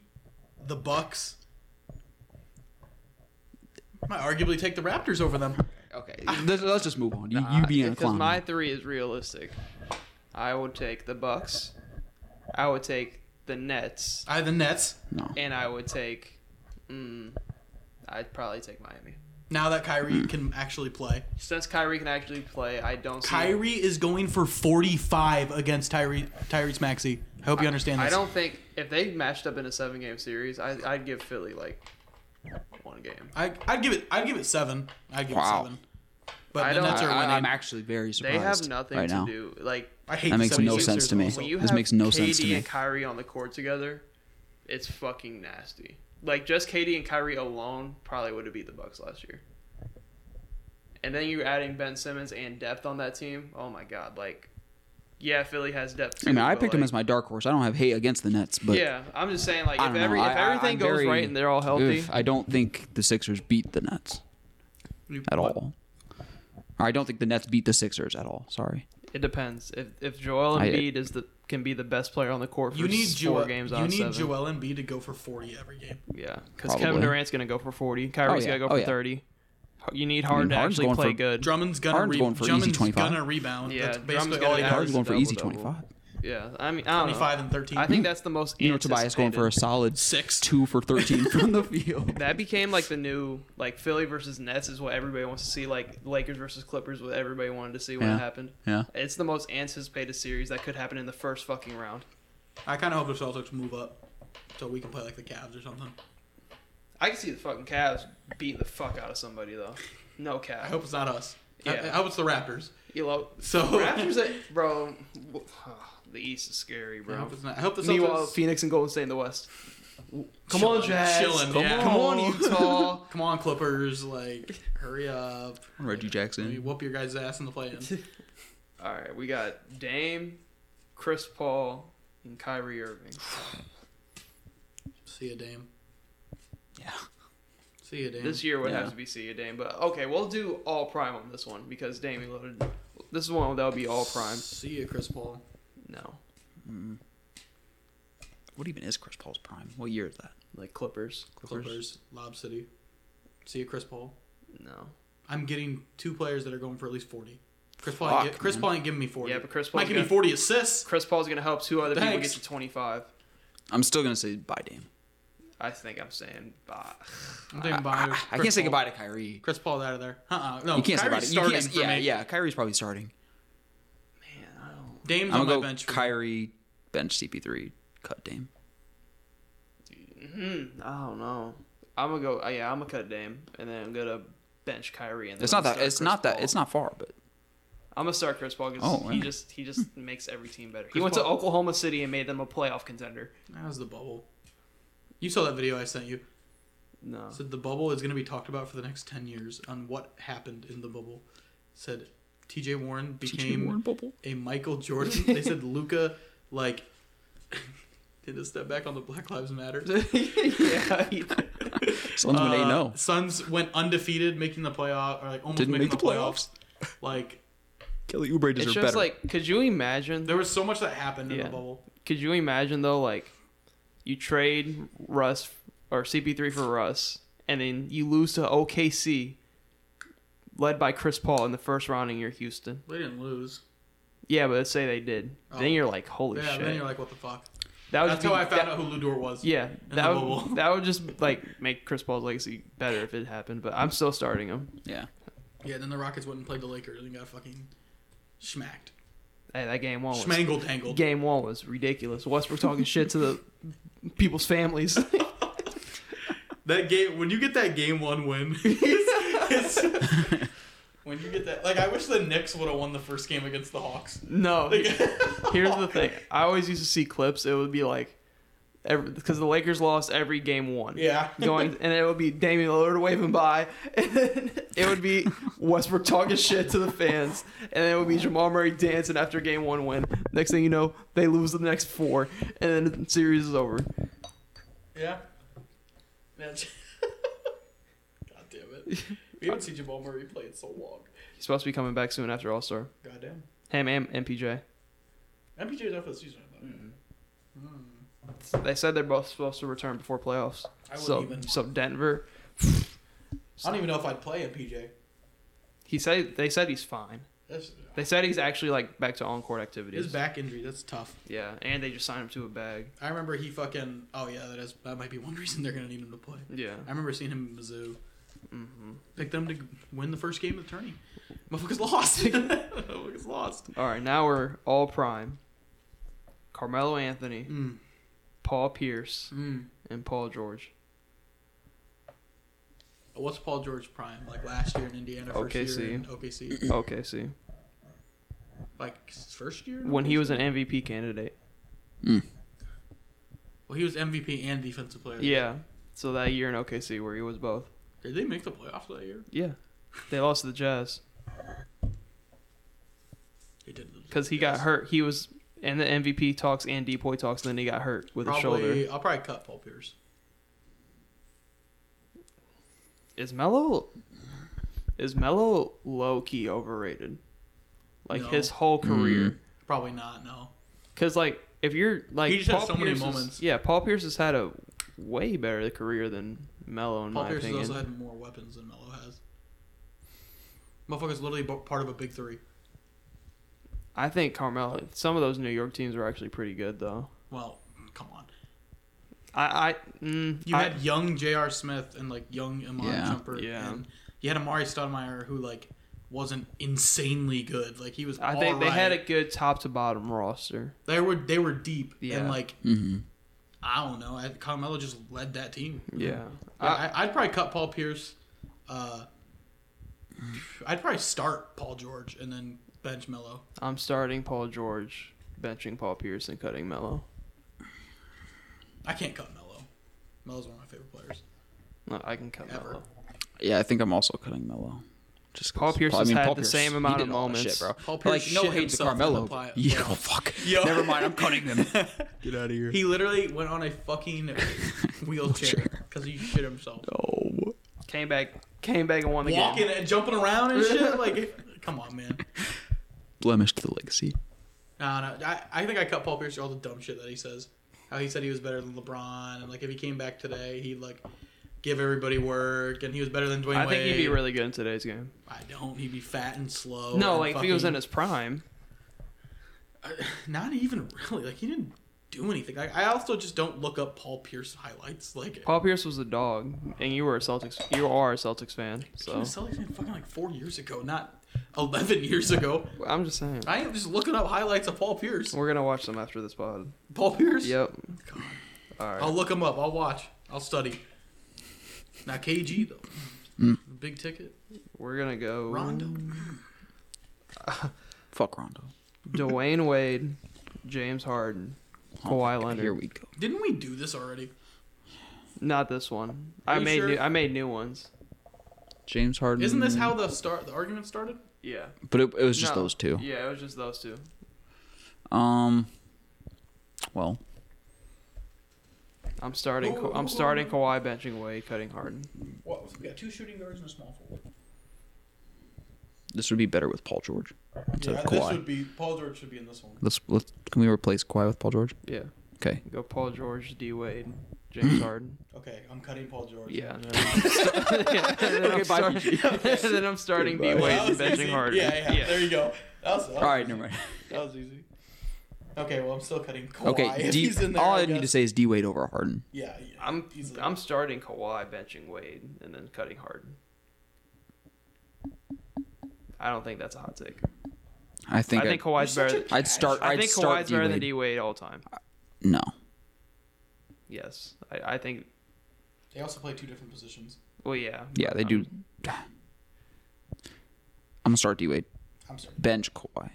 [SPEAKER 3] the Bucks. I might arguably take the Raptors over them.
[SPEAKER 2] okay. Let's, let's just move on. You,
[SPEAKER 1] Uh,
[SPEAKER 2] you being a
[SPEAKER 1] because
[SPEAKER 2] clown.
[SPEAKER 1] my three is realistic. I would take the Bucks. I would take the Nets,
[SPEAKER 3] I have the Nets.
[SPEAKER 2] no.
[SPEAKER 1] and I would take. Mm, I'd probably take Miami.
[SPEAKER 3] Now that Kyrie can actually play,
[SPEAKER 1] Since Kyrie can actually play, I don't see.
[SPEAKER 3] Kyrie is going for 45 against Tyree Tyrese Maxey. I hope you understand
[SPEAKER 1] I
[SPEAKER 3] this.
[SPEAKER 1] don't think if they matched up in a seven game series, I, I'd give Philly like one game.
[SPEAKER 3] I, I'd give it. I'd give it seven. I'd give
[SPEAKER 2] Wow.
[SPEAKER 3] it seven. But
[SPEAKER 1] I
[SPEAKER 3] the
[SPEAKER 1] don't-
[SPEAKER 3] Nets are winning.
[SPEAKER 2] I,
[SPEAKER 3] I,
[SPEAKER 2] am actually very surprised.
[SPEAKER 1] They have nothing
[SPEAKER 2] right
[SPEAKER 1] to
[SPEAKER 2] now.
[SPEAKER 1] do. Like
[SPEAKER 3] hate
[SPEAKER 2] That
[SPEAKER 3] the
[SPEAKER 2] makes no
[SPEAKER 3] 76ers
[SPEAKER 2] sense to me.
[SPEAKER 3] also.
[SPEAKER 1] when you
[SPEAKER 2] This
[SPEAKER 1] have
[SPEAKER 2] makes no sense to
[SPEAKER 1] KD
[SPEAKER 2] me.
[SPEAKER 1] and Kyrie on the court together, it's fucking nasty. Like just KD and Kyrie alone probably would have beat the Bucks last year. And then you're adding Ben Simmons and depth on that team. Oh my god! Like, yeah, Philly has depth.
[SPEAKER 2] I mean, I
[SPEAKER 1] but,
[SPEAKER 2] picked them
[SPEAKER 1] like,
[SPEAKER 2] as my dark horse. I don't have hate against the Nets, but
[SPEAKER 1] yeah, I'm just saying like
[SPEAKER 2] I
[SPEAKER 1] if,
[SPEAKER 2] don't know.
[SPEAKER 1] every,
[SPEAKER 2] I-
[SPEAKER 1] if
[SPEAKER 2] I-
[SPEAKER 1] everything
[SPEAKER 2] I'm
[SPEAKER 1] goes
[SPEAKER 2] very-
[SPEAKER 1] right and they're all healthy,
[SPEAKER 2] Oof, I don't think the Sixers beat the Nets
[SPEAKER 3] You-
[SPEAKER 2] at
[SPEAKER 3] what?
[SPEAKER 2] all. I don't think the Nets beat the Sixers at all. Sorry.
[SPEAKER 1] it depends. If if Joel
[SPEAKER 2] I-
[SPEAKER 1] Embiid is the can be the best player on the court for
[SPEAKER 3] You need
[SPEAKER 1] s- four
[SPEAKER 3] Joel.
[SPEAKER 1] games
[SPEAKER 3] you
[SPEAKER 1] out of
[SPEAKER 3] need
[SPEAKER 1] seven.
[SPEAKER 3] Joel Embiid to go for 40 every game.
[SPEAKER 1] Yeah, because Kevin
[SPEAKER 2] Probably.
[SPEAKER 1] Durant's gonna go for forty. Kyrie's
[SPEAKER 2] yeah.
[SPEAKER 1] gonna go
[SPEAKER 2] Oh,
[SPEAKER 1] for
[SPEAKER 2] yeah.
[SPEAKER 1] thirty. You need Harden
[SPEAKER 2] mean, Harden's
[SPEAKER 1] to actually
[SPEAKER 2] going
[SPEAKER 1] play
[SPEAKER 2] for-
[SPEAKER 1] good.
[SPEAKER 3] Drummond's gonna
[SPEAKER 2] Harden's
[SPEAKER 3] re-
[SPEAKER 2] going for easy
[SPEAKER 3] Drummond's
[SPEAKER 2] 25.
[SPEAKER 3] gonna rebound.
[SPEAKER 1] Yeah,
[SPEAKER 3] That's
[SPEAKER 1] Drummond's
[SPEAKER 3] basically
[SPEAKER 1] gonna
[SPEAKER 3] all he
[SPEAKER 1] average
[SPEAKER 2] Harden's
[SPEAKER 3] does.
[SPEAKER 2] going for
[SPEAKER 1] double,
[SPEAKER 2] easy
[SPEAKER 1] double.
[SPEAKER 2] 25.
[SPEAKER 1] yeah, I mean, I don't know.
[SPEAKER 3] 25 and 13.
[SPEAKER 1] I think that's the most.
[SPEAKER 2] You know, Tobias going for a
[SPEAKER 1] anticipated-
[SPEAKER 2] solid
[SPEAKER 3] six.
[SPEAKER 2] two for 13 from the field.
[SPEAKER 1] That became like the new like Philly versus Nets is what everybody wants to see. Like Lakers versus Clippers, what everybody wanted to see when
[SPEAKER 2] Yeah.
[SPEAKER 1] it happened.
[SPEAKER 2] Yeah.
[SPEAKER 1] It's the most anticipated series that could happen in the first fucking round.
[SPEAKER 3] I kind of hope the Celtics move up so we can play like the Cavs or something.
[SPEAKER 1] I can see the fucking Cavs beating the fuck out of somebody though. No Cavs.
[SPEAKER 3] I hope it's not us. I-
[SPEAKER 1] Yeah.
[SPEAKER 3] I, hope it's the Raptors.
[SPEAKER 1] you know,
[SPEAKER 3] So
[SPEAKER 1] Raptors, at- bro. the East is scary,
[SPEAKER 3] I
[SPEAKER 1] bro.
[SPEAKER 3] hope it's not. I hope the
[SPEAKER 1] Meanwhile,
[SPEAKER 3] Celtics.
[SPEAKER 1] Phoenix and Golden State in the West. Come
[SPEAKER 3] Chillin',
[SPEAKER 1] on, Jazz.
[SPEAKER 3] chillin',
[SPEAKER 1] Come
[SPEAKER 3] yeah.
[SPEAKER 1] on, come on, Utah.
[SPEAKER 3] Come on, Clippers! Like, hurry up.
[SPEAKER 2] Reggie
[SPEAKER 3] Maybe
[SPEAKER 2] Jackson.
[SPEAKER 3] whoop your guys' ass in the play-in.
[SPEAKER 1] All right, we got Dame, Chris Paul, and Kyrie Irving.
[SPEAKER 3] See you, Dame.
[SPEAKER 2] Yeah.
[SPEAKER 3] See you, Dame.
[SPEAKER 1] This year would
[SPEAKER 2] Yeah.
[SPEAKER 1] have to be see a Dame, but okay, we'll do all prime on this one because Dame he loaded. This is one that would be all prime.
[SPEAKER 3] See you, Chris Paul.
[SPEAKER 1] No,
[SPEAKER 2] What even is Chris Paul's prime? What year is that?
[SPEAKER 1] like Clippers.
[SPEAKER 3] Clippers, Lob City. See you, Chris Paul.
[SPEAKER 1] No.
[SPEAKER 3] I'm getting two players that are going for at least 40. Chris Paul, ain't
[SPEAKER 2] Fuck,
[SPEAKER 3] gi- Chris
[SPEAKER 2] man.
[SPEAKER 3] Paul ain't giving me 40.
[SPEAKER 1] Yeah, but Chris
[SPEAKER 3] might
[SPEAKER 1] Paul's
[SPEAKER 3] give me
[SPEAKER 1] gonna-
[SPEAKER 3] 40 assists.
[SPEAKER 1] Chris Paul's gonna help two other people
[SPEAKER 3] Thanks.
[SPEAKER 1] get to twenty five.
[SPEAKER 2] I'm still going to say bye, Dame.
[SPEAKER 1] I think I'm saying bye.
[SPEAKER 3] I'm thinking bye.
[SPEAKER 2] I,
[SPEAKER 3] Chris
[SPEAKER 2] I can't say
[SPEAKER 3] Paul.
[SPEAKER 2] goodbye to Kyrie.
[SPEAKER 3] Chris Paul's out of there. Uh-uh. No,
[SPEAKER 2] You can't say bye.
[SPEAKER 3] Kyrie's
[SPEAKER 2] To, you
[SPEAKER 3] starting
[SPEAKER 2] can't,
[SPEAKER 3] for
[SPEAKER 2] yeah,
[SPEAKER 3] me.
[SPEAKER 2] yeah. Kyrie's probably starting.
[SPEAKER 1] Man, I don't.
[SPEAKER 3] Dame's
[SPEAKER 2] I'm
[SPEAKER 3] on my
[SPEAKER 2] going
[SPEAKER 3] bench.
[SPEAKER 2] to
[SPEAKER 3] for
[SPEAKER 2] go
[SPEAKER 3] me.
[SPEAKER 2] Kyrie, bench CP3, cut Dame.
[SPEAKER 1] Hmm, I don't know. I'm gonna go. uh, Yeah, I'm gonna cut Dame, and then I'm gonna bench Kyrie. And then
[SPEAKER 2] It's
[SPEAKER 1] I'm
[SPEAKER 2] not that.
[SPEAKER 1] gonna
[SPEAKER 2] It's
[SPEAKER 1] start
[SPEAKER 2] not
[SPEAKER 1] Chris
[SPEAKER 2] that.
[SPEAKER 1] Paul.
[SPEAKER 2] It's not far, but
[SPEAKER 1] I'm gonna start Chris Paul because
[SPEAKER 2] Oh,
[SPEAKER 1] he
[SPEAKER 2] yeah.
[SPEAKER 1] just he just makes every team better. he
[SPEAKER 3] Chris
[SPEAKER 1] went to
[SPEAKER 3] Paul-
[SPEAKER 1] Oklahoma City and made them a playoff contender.
[SPEAKER 3] That was the bubble. You saw that video I sent you.
[SPEAKER 1] No,
[SPEAKER 3] said the bubble is going to be talked about for the next 10 years on what happened in the bubble. said TJ Warren became
[SPEAKER 2] bubble.
[SPEAKER 3] a Michael Jordan. they said Luca like did a step back on the Black Lives Matter.
[SPEAKER 1] yeah, he-
[SPEAKER 2] Suns went
[SPEAKER 3] Uh,
[SPEAKER 2] eight no.
[SPEAKER 3] Suns went undefeated, making the playoff or like almost
[SPEAKER 2] Didn't
[SPEAKER 3] making
[SPEAKER 2] make the playoffs.
[SPEAKER 3] Like
[SPEAKER 2] Kelly Oubre
[SPEAKER 1] it
[SPEAKER 2] deserved
[SPEAKER 1] shows
[SPEAKER 2] better.
[SPEAKER 1] like. Could you imagine?
[SPEAKER 3] there was so much that happened in
[SPEAKER 1] Yeah.
[SPEAKER 3] the bubble.
[SPEAKER 1] Could you imagine though? Like, you trade Russ or CP3 for Russ, and then you lose to OKC, led by Chris Paul in the first round in your Houston.
[SPEAKER 3] They didn't lose.
[SPEAKER 1] Yeah, but let's say they did.
[SPEAKER 3] Oh.
[SPEAKER 1] Then you're like, holy
[SPEAKER 3] yeah,
[SPEAKER 1] shit.
[SPEAKER 3] then you're like, what the fuck?
[SPEAKER 1] that would
[SPEAKER 3] That's
[SPEAKER 1] be-
[SPEAKER 3] how I found
[SPEAKER 1] that-
[SPEAKER 3] out who Ludor was.
[SPEAKER 1] Yeah,
[SPEAKER 3] the
[SPEAKER 1] that
[SPEAKER 3] bubble.
[SPEAKER 1] would, that would just like make Chris Paul's legacy better if it happened. But I'm still starting him.
[SPEAKER 2] yeah.
[SPEAKER 3] Yeah, then the Rockets went and played the Lakers and got fucking smacked.
[SPEAKER 1] Hey, that game one was
[SPEAKER 3] Schmangled tangled.
[SPEAKER 1] Oh, game one was ridiculous. Westbrook talking shit to the people's families.
[SPEAKER 3] That game when you get that game one win. it's- it's- when you get that like I wish the Knicks would have won the first game against the Hawks.
[SPEAKER 1] no,
[SPEAKER 3] Like,
[SPEAKER 1] here's the thing. I always used to see clips. It would be like, because the Lakers lost every game one.
[SPEAKER 3] yeah.
[SPEAKER 1] Going and it would be Damian Lillard waving by, and then it would be Westbrook talking shit to the fans, and then it would be Jamal Murray dancing after game one win. Next thing you know, they lose the next four, and then the series is over.
[SPEAKER 3] Yeah. That's. God damn it. We haven't seen Jamal Murray play in so long.
[SPEAKER 1] He's supposed to be coming back soon after All Star.
[SPEAKER 3] God damn.
[SPEAKER 1] Him and MPJ.
[SPEAKER 3] MPJ's out for the season. I thought. Hmm.
[SPEAKER 1] They said they're both supposed to return before playoffs.
[SPEAKER 3] I wouldn't
[SPEAKER 1] so
[SPEAKER 3] even.
[SPEAKER 1] so Denver.
[SPEAKER 3] I don't even know if I'd play MPJ.
[SPEAKER 1] He said they said he's fine.
[SPEAKER 3] That's,
[SPEAKER 1] They said he's actually like back to on court
[SPEAKER 3] his
[SPEAKER 1] activities.
[SPEAKER 3] back injury, that's tough.
[SPEAKER 1] Yeah, and they just signed him to a bag.
[SPEAKER 3] I remember he fucking. Oh, yeah, that is. That might be one reason they're going to need him to play.
[SPEAKER 1] Yeah.
[SPEAKER 3] I remember seeing him in Mizzou.
[SPEAKER 1] Mm-hmm.
[SPEAKER 3] Pick them to win the first game of the tourney. Motherfuckers lost. Motherfuckers lost.
[SPEAKER 1] All right, now we're all prime. Carmelo Anthony,
[SPEAKER 3] Mm.
[SPEAKER 1] Paul Pierce,
[SPEAKER 3] Mm.
[SPEAKER 1] and Paul George.
[SPEAKER 3] What's Paul George prime? Like last year in Indiana, first
[SPEAKER 1] OKC.
[SPEAKER 3] year in OKC.
[SPEAKER 1] Okay, see.
[SPEAKER 3] Like his first year. in
[SPEAKER 1] When he
[SPEAKER 3] OKC?
[SPEAKER 1] was an MVP candidate.
[SPEAKER 3] well, he was MVP and defensive player.
[SPEAKER 1] Yeah. So that year in OKC where he was both.
[SPEAKER 3] Did they make the playoffs that year?
[SPEAKER 1] Yeah. They lost to the Jazz
[SPEAKER 3] They did. lose to
[SPEAKER 1] because
[SPEAKER 3] the
[SPEAKER 1] he got
[SPEAKER 3] Jazz.
[SPEAKER 1] hurt. He was in the MVP talks and DPOY talks, and then he got hurt with his
[SPEAKER 3] probably,
[SPEAKER 1] shoulder.
[SPEAKER 3] I'll probably cut Paul Pierce.
[SPEAKER 1] Is Melo is Melo low key overrated? Like
[SPEAKER 3] No.
[SPEAKER 1] his whole career,
[SPEAKER 3] Probably not. No.
[SPEAKER 1] because like if you're like
[SPEAKER 3] He just had so many
[SPEAKER 1] has-
[SPEAKER 3] moments.
[SPEAKER 1] yeah, Paul Pierce has had a way better career than Melo in
[SPEAKER 3] Paul
[SPEAKER 1] my
[SPEAKER 3] Pierce
[SPEAKER 1] opinion.
[SPEAKER 3] has also had more weapons than Melo has. Motherfucker's literally bo- part of a big three.
[SPEAKER 1] I think Carmelo. Some of those New York teams were actually pretty good though.
[SPEAKER 3] Well, come on.
[SPEAKER 1] I I mm,
[SPEAKER 3] You
[SPEAKER 1] I-
[SPEAKER 3] had young J.R. Smith and like young Iman
[SPEAKER 2] Yeah.
[SPEAKER 3] Jumper.
[SPEAKER 1] Yeah.
[SPEAKER 3] And you had Amari Stoudemire who like wasn't insanely good. Like he was.
[SPEAKER 1] I think they
[SPEAKER 3] alright.
[SPEAKER 1] had a good top to bottom roster.
[SPEAKER 3] They were they were deep
[SPEAKER 1] Yeah.
[SPEAKER 3] and like
[SPEAKER 2] Mm-hmm.
[SPEAKER 3] I don't know. I- Carmelo just led that team.
[SPEAKER 1] Yeah. I,
[SPEAKER 3] I, I'd probably cut Paul Pierce. Uh, I'd probably start Paul George and then bench Melo.
[SPEAKER 1] I'm starting Paul George, benching Paul Pierce, and cutting Melo.
[SPEAKER 3] I can't cut Melo. Melo's one of my favorite players.
[SPEAKER 1] No, I can cut
[SPEAKER 3] Ever.
[SPEAKER 1] Melo.
[SPEAKER 2] Yeah, I think I'm also cutting Melo. Just 'cause-
[SPEAKER 1] Paul Pierce has had the same
[SPEAKER 2] he
[SPEAKER 1] amount
[SPEAKER 2] did
[SPEAKER 1] of
[SPEAKER 2] all that
[SPEAKER 1] moments.
[SPEAKER 2] bro.
[SPEAKER 3] Paul Pierce
[SPEAKER 2] like no
[SPEAKER 3] shit
[SPEAKER 2] hate to
[SPEAKER 3] himself in the
[SPEAKER 2] Carmelo.
[SPEAKER 3] play-
[SPEAKER 2] yeah,
[SPEAKER 3] playoff.
[SPEAKER 2] fuck.
[SPEAKER 3] Yo.
[SPEAKER 2] Never mind. I'm cutting them. Get out of here.
[SPEAKER 3] He literally went on a fucking wheelchair because he shit himself.
[SPEAKER 2] No.
[SPEAKER 1] Came back, came back and won the
[SPEAKER 3] Walking
[SPEAKER 1] game.
[SPEAKER 3] and jumping around and shit. Like, come on, man.
[SPEAKER 2] Blemish to the legacy.
[SPEAKER 3] Nah, nah. I, I think I cut Paul Pierce for all the dumb shit that he says. How he said he was better than LeBron, and like if he came back today, he'd like give everybody work, and he was better than Dwayne
[SPEAKER 1] I think he'd be
[SPEAKER 3] Wade.
[SPEAKER 1] really good in today's game.
[SPEAKER 3] I don't. He'd be fat and slow.
[SPEAKER 1] no,
[SPEAKER 3] and
[SPEAKER 1] like if he was
[SPEAKER 3] fucking-
[SPEAKER 1] in his prime.
[SPEAKER 3] Not even really. Like he didn't do anything. Like I also just don't look up Paul Pierce highlights. Like
[SPEAKER 1] Paul Pierce was a dog, and you were a Celtics. You are a Celtics fan,
[SPEAKER 3] he
[SPEAKER 1] so
[SPEAKER 3] was selling it fucking like four years ago, not eleven years ago.
[SPEAKER 1] I'm just saying.
[SPEAKER 3] I am just looking up highlights of Paul Pierce.
[SPEAKER 1] We're gonna watch them after this pod.
[SPEAKER 3] Paul Pierce.
[SPEAKER 1] Yep.
[SPEAKER 3] Oh God. Oh.
[SPEAKER 1] All right.
[SPEAKER 3] I'll look him up. I'll watch. I'll study. Not KG though. Big ticket.
[SPEAKER 1] We're gonna go.
[SPEAKER 3] Rondo.
[SPEAKER 2] Fuck Rondo.
[SPEAKER 1] Dwayne Wade, James Harden, Kawhi Leonard.
[SPEAKER 2] Here we go.
[SPEAKER 3] Didn't we do this already?
[SPEAKER 1] Not this one.
[SPEAKER 3] Are
[SPEAKER 1] I
[SPEAKER 3] you
[SPEAKER 1] made
[SPEAKER 3] sure?
[SPEAKER 1] new, I made new ones.
[SPEAKER 2] James Harden.
[SPEAKER 3] Isn't this how the start the argument started?
[SPEAKER 1] Yeah.
[SPEAKER 2] But it, it was just
[SPEAKER 1] No.
[SPEAKER 2] those two.
[SPEAKER 1] Yeah, it was just those two.
[SPEAKER 2] Um. Well,
[SPEAKER 1] I'm starting. Ka- I'm starting Kawhi, benching Wade, cutting Harden.
[SPEAKER 3] What? We got two shooting guards and a small forward.
[SPEAKER 2] this would be better with Paul George instead of Kawhi.
[SPEAKER 3] be Paul George should be in this one.
[SPEAKER 2] Let's let's can we replace Kawhi with Paul George?
[SPEAKER 1] Yeah.
[SPEAKER 2] Okay.
[SPEAKER 1] Go Paul George, D Wade, James Harden.
[SPEAKER 3] Okay, I'm cutting Paul George.
[SPEAKER 1] Yeah. And then I'm, sta- yeah, and then I'm
[SPEAKER 2] bye,
[SPEAKER 1] start- and then I'm starting D
[SPEAKER 2] Goodbye.
[SPEAKER 1] Wade
[SPEAKER 3] That
[SPEAKER 1] and
[SPEAKER 3] was
[SPEAKER 1] benching
[SPEAKER 3] easy.
[SPEAKER 1] Harden.
[SPEAKER 3] Yeah, yeah, There you go. That was, that was
[SPEAKER 2] All right,
[SPEAKER 3] easy.
[SPEAKER 2] never mind.
[SPEAKER 3] That was easy. Okay, well, I'm still cutting Kawhi.
[SPEAKER 2] Okay.
[SPEAKER 3] if
[SPEAKER 2] D,
[SPEAKER 3] he's in there,
[SPEAKER 2] all
[SPEAKER 3] I
[SPEAKER 2] I need to
[SPEAKER 3] guess.
[SPEAKER 2] say is D Wade over Harden.
[SPEAKER 3] Yeah, yeah.
[SPEAKER 1] I'm
[SPEAKER 3] easily.
[SPEAKER 1] I'm starting Kawhi, benching Wade, and then cutting Harden. I don't think that's a hot take.
[SPEAKER 2] I think.
[SPEAKER 1] I think
[SPEAKER 2] I'd,
[SPEAKER 1] Kawhi's
[SPEAKER 3] You're
[SPEAKER 1] better.
[SPEAKER 3] such
[SPEAKER 1] th-
[SPEAKER 3] a-
[SPEAKER 2] I'd start.
[SPEAKER 1] I
[SPEAKER 2] I'd
[SPEAKER 1] think
[SPEAKER 2] start
[SPEAKER 1] Kawhi's better than
[SPEAKER 2] D-Wade.
[SPEAKER 1] D Wade all time.
[SPEAKER 2] No.
[SPEAKER 1] Yes, I, I think.
[SPEAKER 3] They also play two different positions.
[SPEAKER 1] Well, yeah.
[SPEAKER 2] Yeah,
[SPEAKER 1] but
[SPEAKER 2] they do.
[SPEAKER 1] I'm-
[SPEAKER 2] I'm gonna start D Wade.
[SPEAKER 3] I'm sorry.
[SPEAKER 2] Bench Kawhi.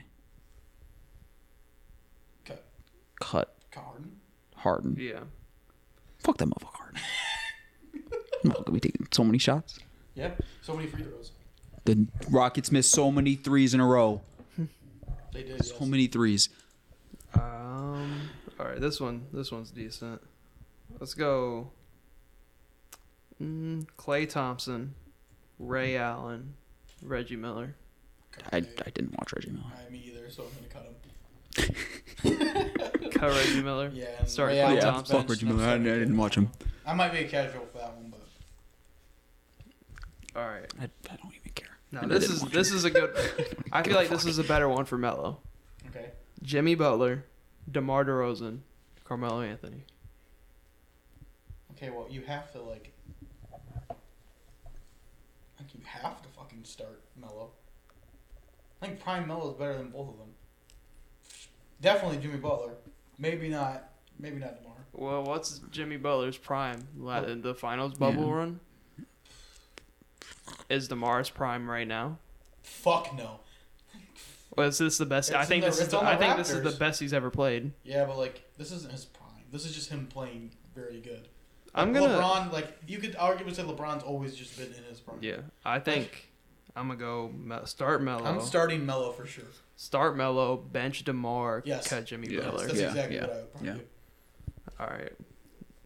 [SPEAKER 3] Cut.
[SPEAKER 2] Cut
[SPEAKER 3] Cut Harden.
[SPEAKER 2] Harden.
[SPEAKER 1] Yeah.
[SPEAKER 2] Fuck that motherfucker Harden. Motherfucker be taking so many shots.
[SPEAKER 3] Yeah. So many free throws.
[SPEAKER 2] The Rockets missed so many threes in a row.
[SPEAKER 3] They did.
[SPEAKER 2] So
[SPEAKER 3] yes.
[SPEAKER 2] many threes.
[SPEAKER 1] Um. All right, this one. This one's decent. Let's go. Mm, Clay Thompson, Ray Allen, Reggie Miller.
[SPEAKER 2] I, I
[SPEAKER 3] Cut Clay.
[SPEAKER 2] didn't watch Reggie Miller.
[SPEAKER 3] I, me either, so I'm gonna cut him.
[SPEAKER 1] Cut Reggie Miller.
[SPEAKER 3] Yeah. and
[SPEAKER 1] Start
[SPEAKER 3] Ray
[SPEAKER 1] Clay
[SPEAKER 3] Allen's
[SPEAKER 1] Thompson.
[SPEAKER 3] bench,
[SPEAKER 2] fuck Reggie
[SPEAKER 3] and I'm
[SPEAKER 2] Miller. I, I
[SPEAKER 3] starting
[SPEAKER 2] didn't
[SPEAKER 3] Clay.
[SPEAKER 2] watch him.
[SPEAKER 3] I might be a casual for that one, but
[SPEAKER 1] All right.
[SPEAKER 2] I, I don't even care.
[SPEAKER 1] Now
[SPEAKER 2] I
[SPEAKER 1] this
[SPEAKER 2] didn't
[SPEAKER 1] is
[SPEAKER 2] watch
[SPEAKER 1] this is a good. I feel like this is a better one for Melo.
[SPEAKER 3] okay.
[SPEAKER 1] Jimmy Butler, DeMar DeRozan, Carmelo Anthony.
[SPEAKER 3] Okay, well, you have to like. have to fucking start Melo. I think Prime Melo is better than both of them. Definitely Jimmy Butler. Maybe not. Maybe not DeMar.
[SPEAKER 1] Well, what's Jimmy Butler's prime? La- The finals bubble
[SPEAKER 2] Yeah.
[SPEAKER 1] run? Is DeMar's prime right now?
[SPEAKER 3] Fuck no.
[SPEAKER 1] Well, is this the best?
[SPEAKER 3] It's
[SPEAKER 1] I
[SPEAKER 3] in
[SPEAKER 1] think
[SPEAKER 3] the-
[SPEAKER 1] this is.
[SPEAKER 3] it's
[SPEAKER 1] The,
[SPEAKER 3] on the
[SPEAKER 1] I think this is the
[SPEAKER 3] Raptors.
[SPEAKER 1] best he's ever played.
[SPEAKER 3] Yeah, but like this isn't his prime. This is just him playing very good.
[SPEAKER 1] I'm
[SPEAKER 3] Like,
[SPEAKER 1] gonna.
[SPEAKER 3] LeBron, like you could arguably say LeBron's always just been in his prime.
[SPEAKER 1] Yeah, I think I'm gonna go me- start Mello.
[SPEAKER 3] I'm starting Melo for sure.
[SPEAKER 1] start Mello, bench Demar,
[SPEAKER 3] Yes.
[SPEAKER 1] cut Jimmy
[SPEAKER 2] Yes,
[SPEAKER 1] Butler.
[SPEAKER 3] That's
[SPEAKER 2] Yeah,
[SPEAKER 3] exactly
[SPEAKER 2] yeah,
[SPEAKER 3] what I would probably
[SPEAKER 2] yeah.
[SPEAKER 3] do.
[SPEAKER 1] All right.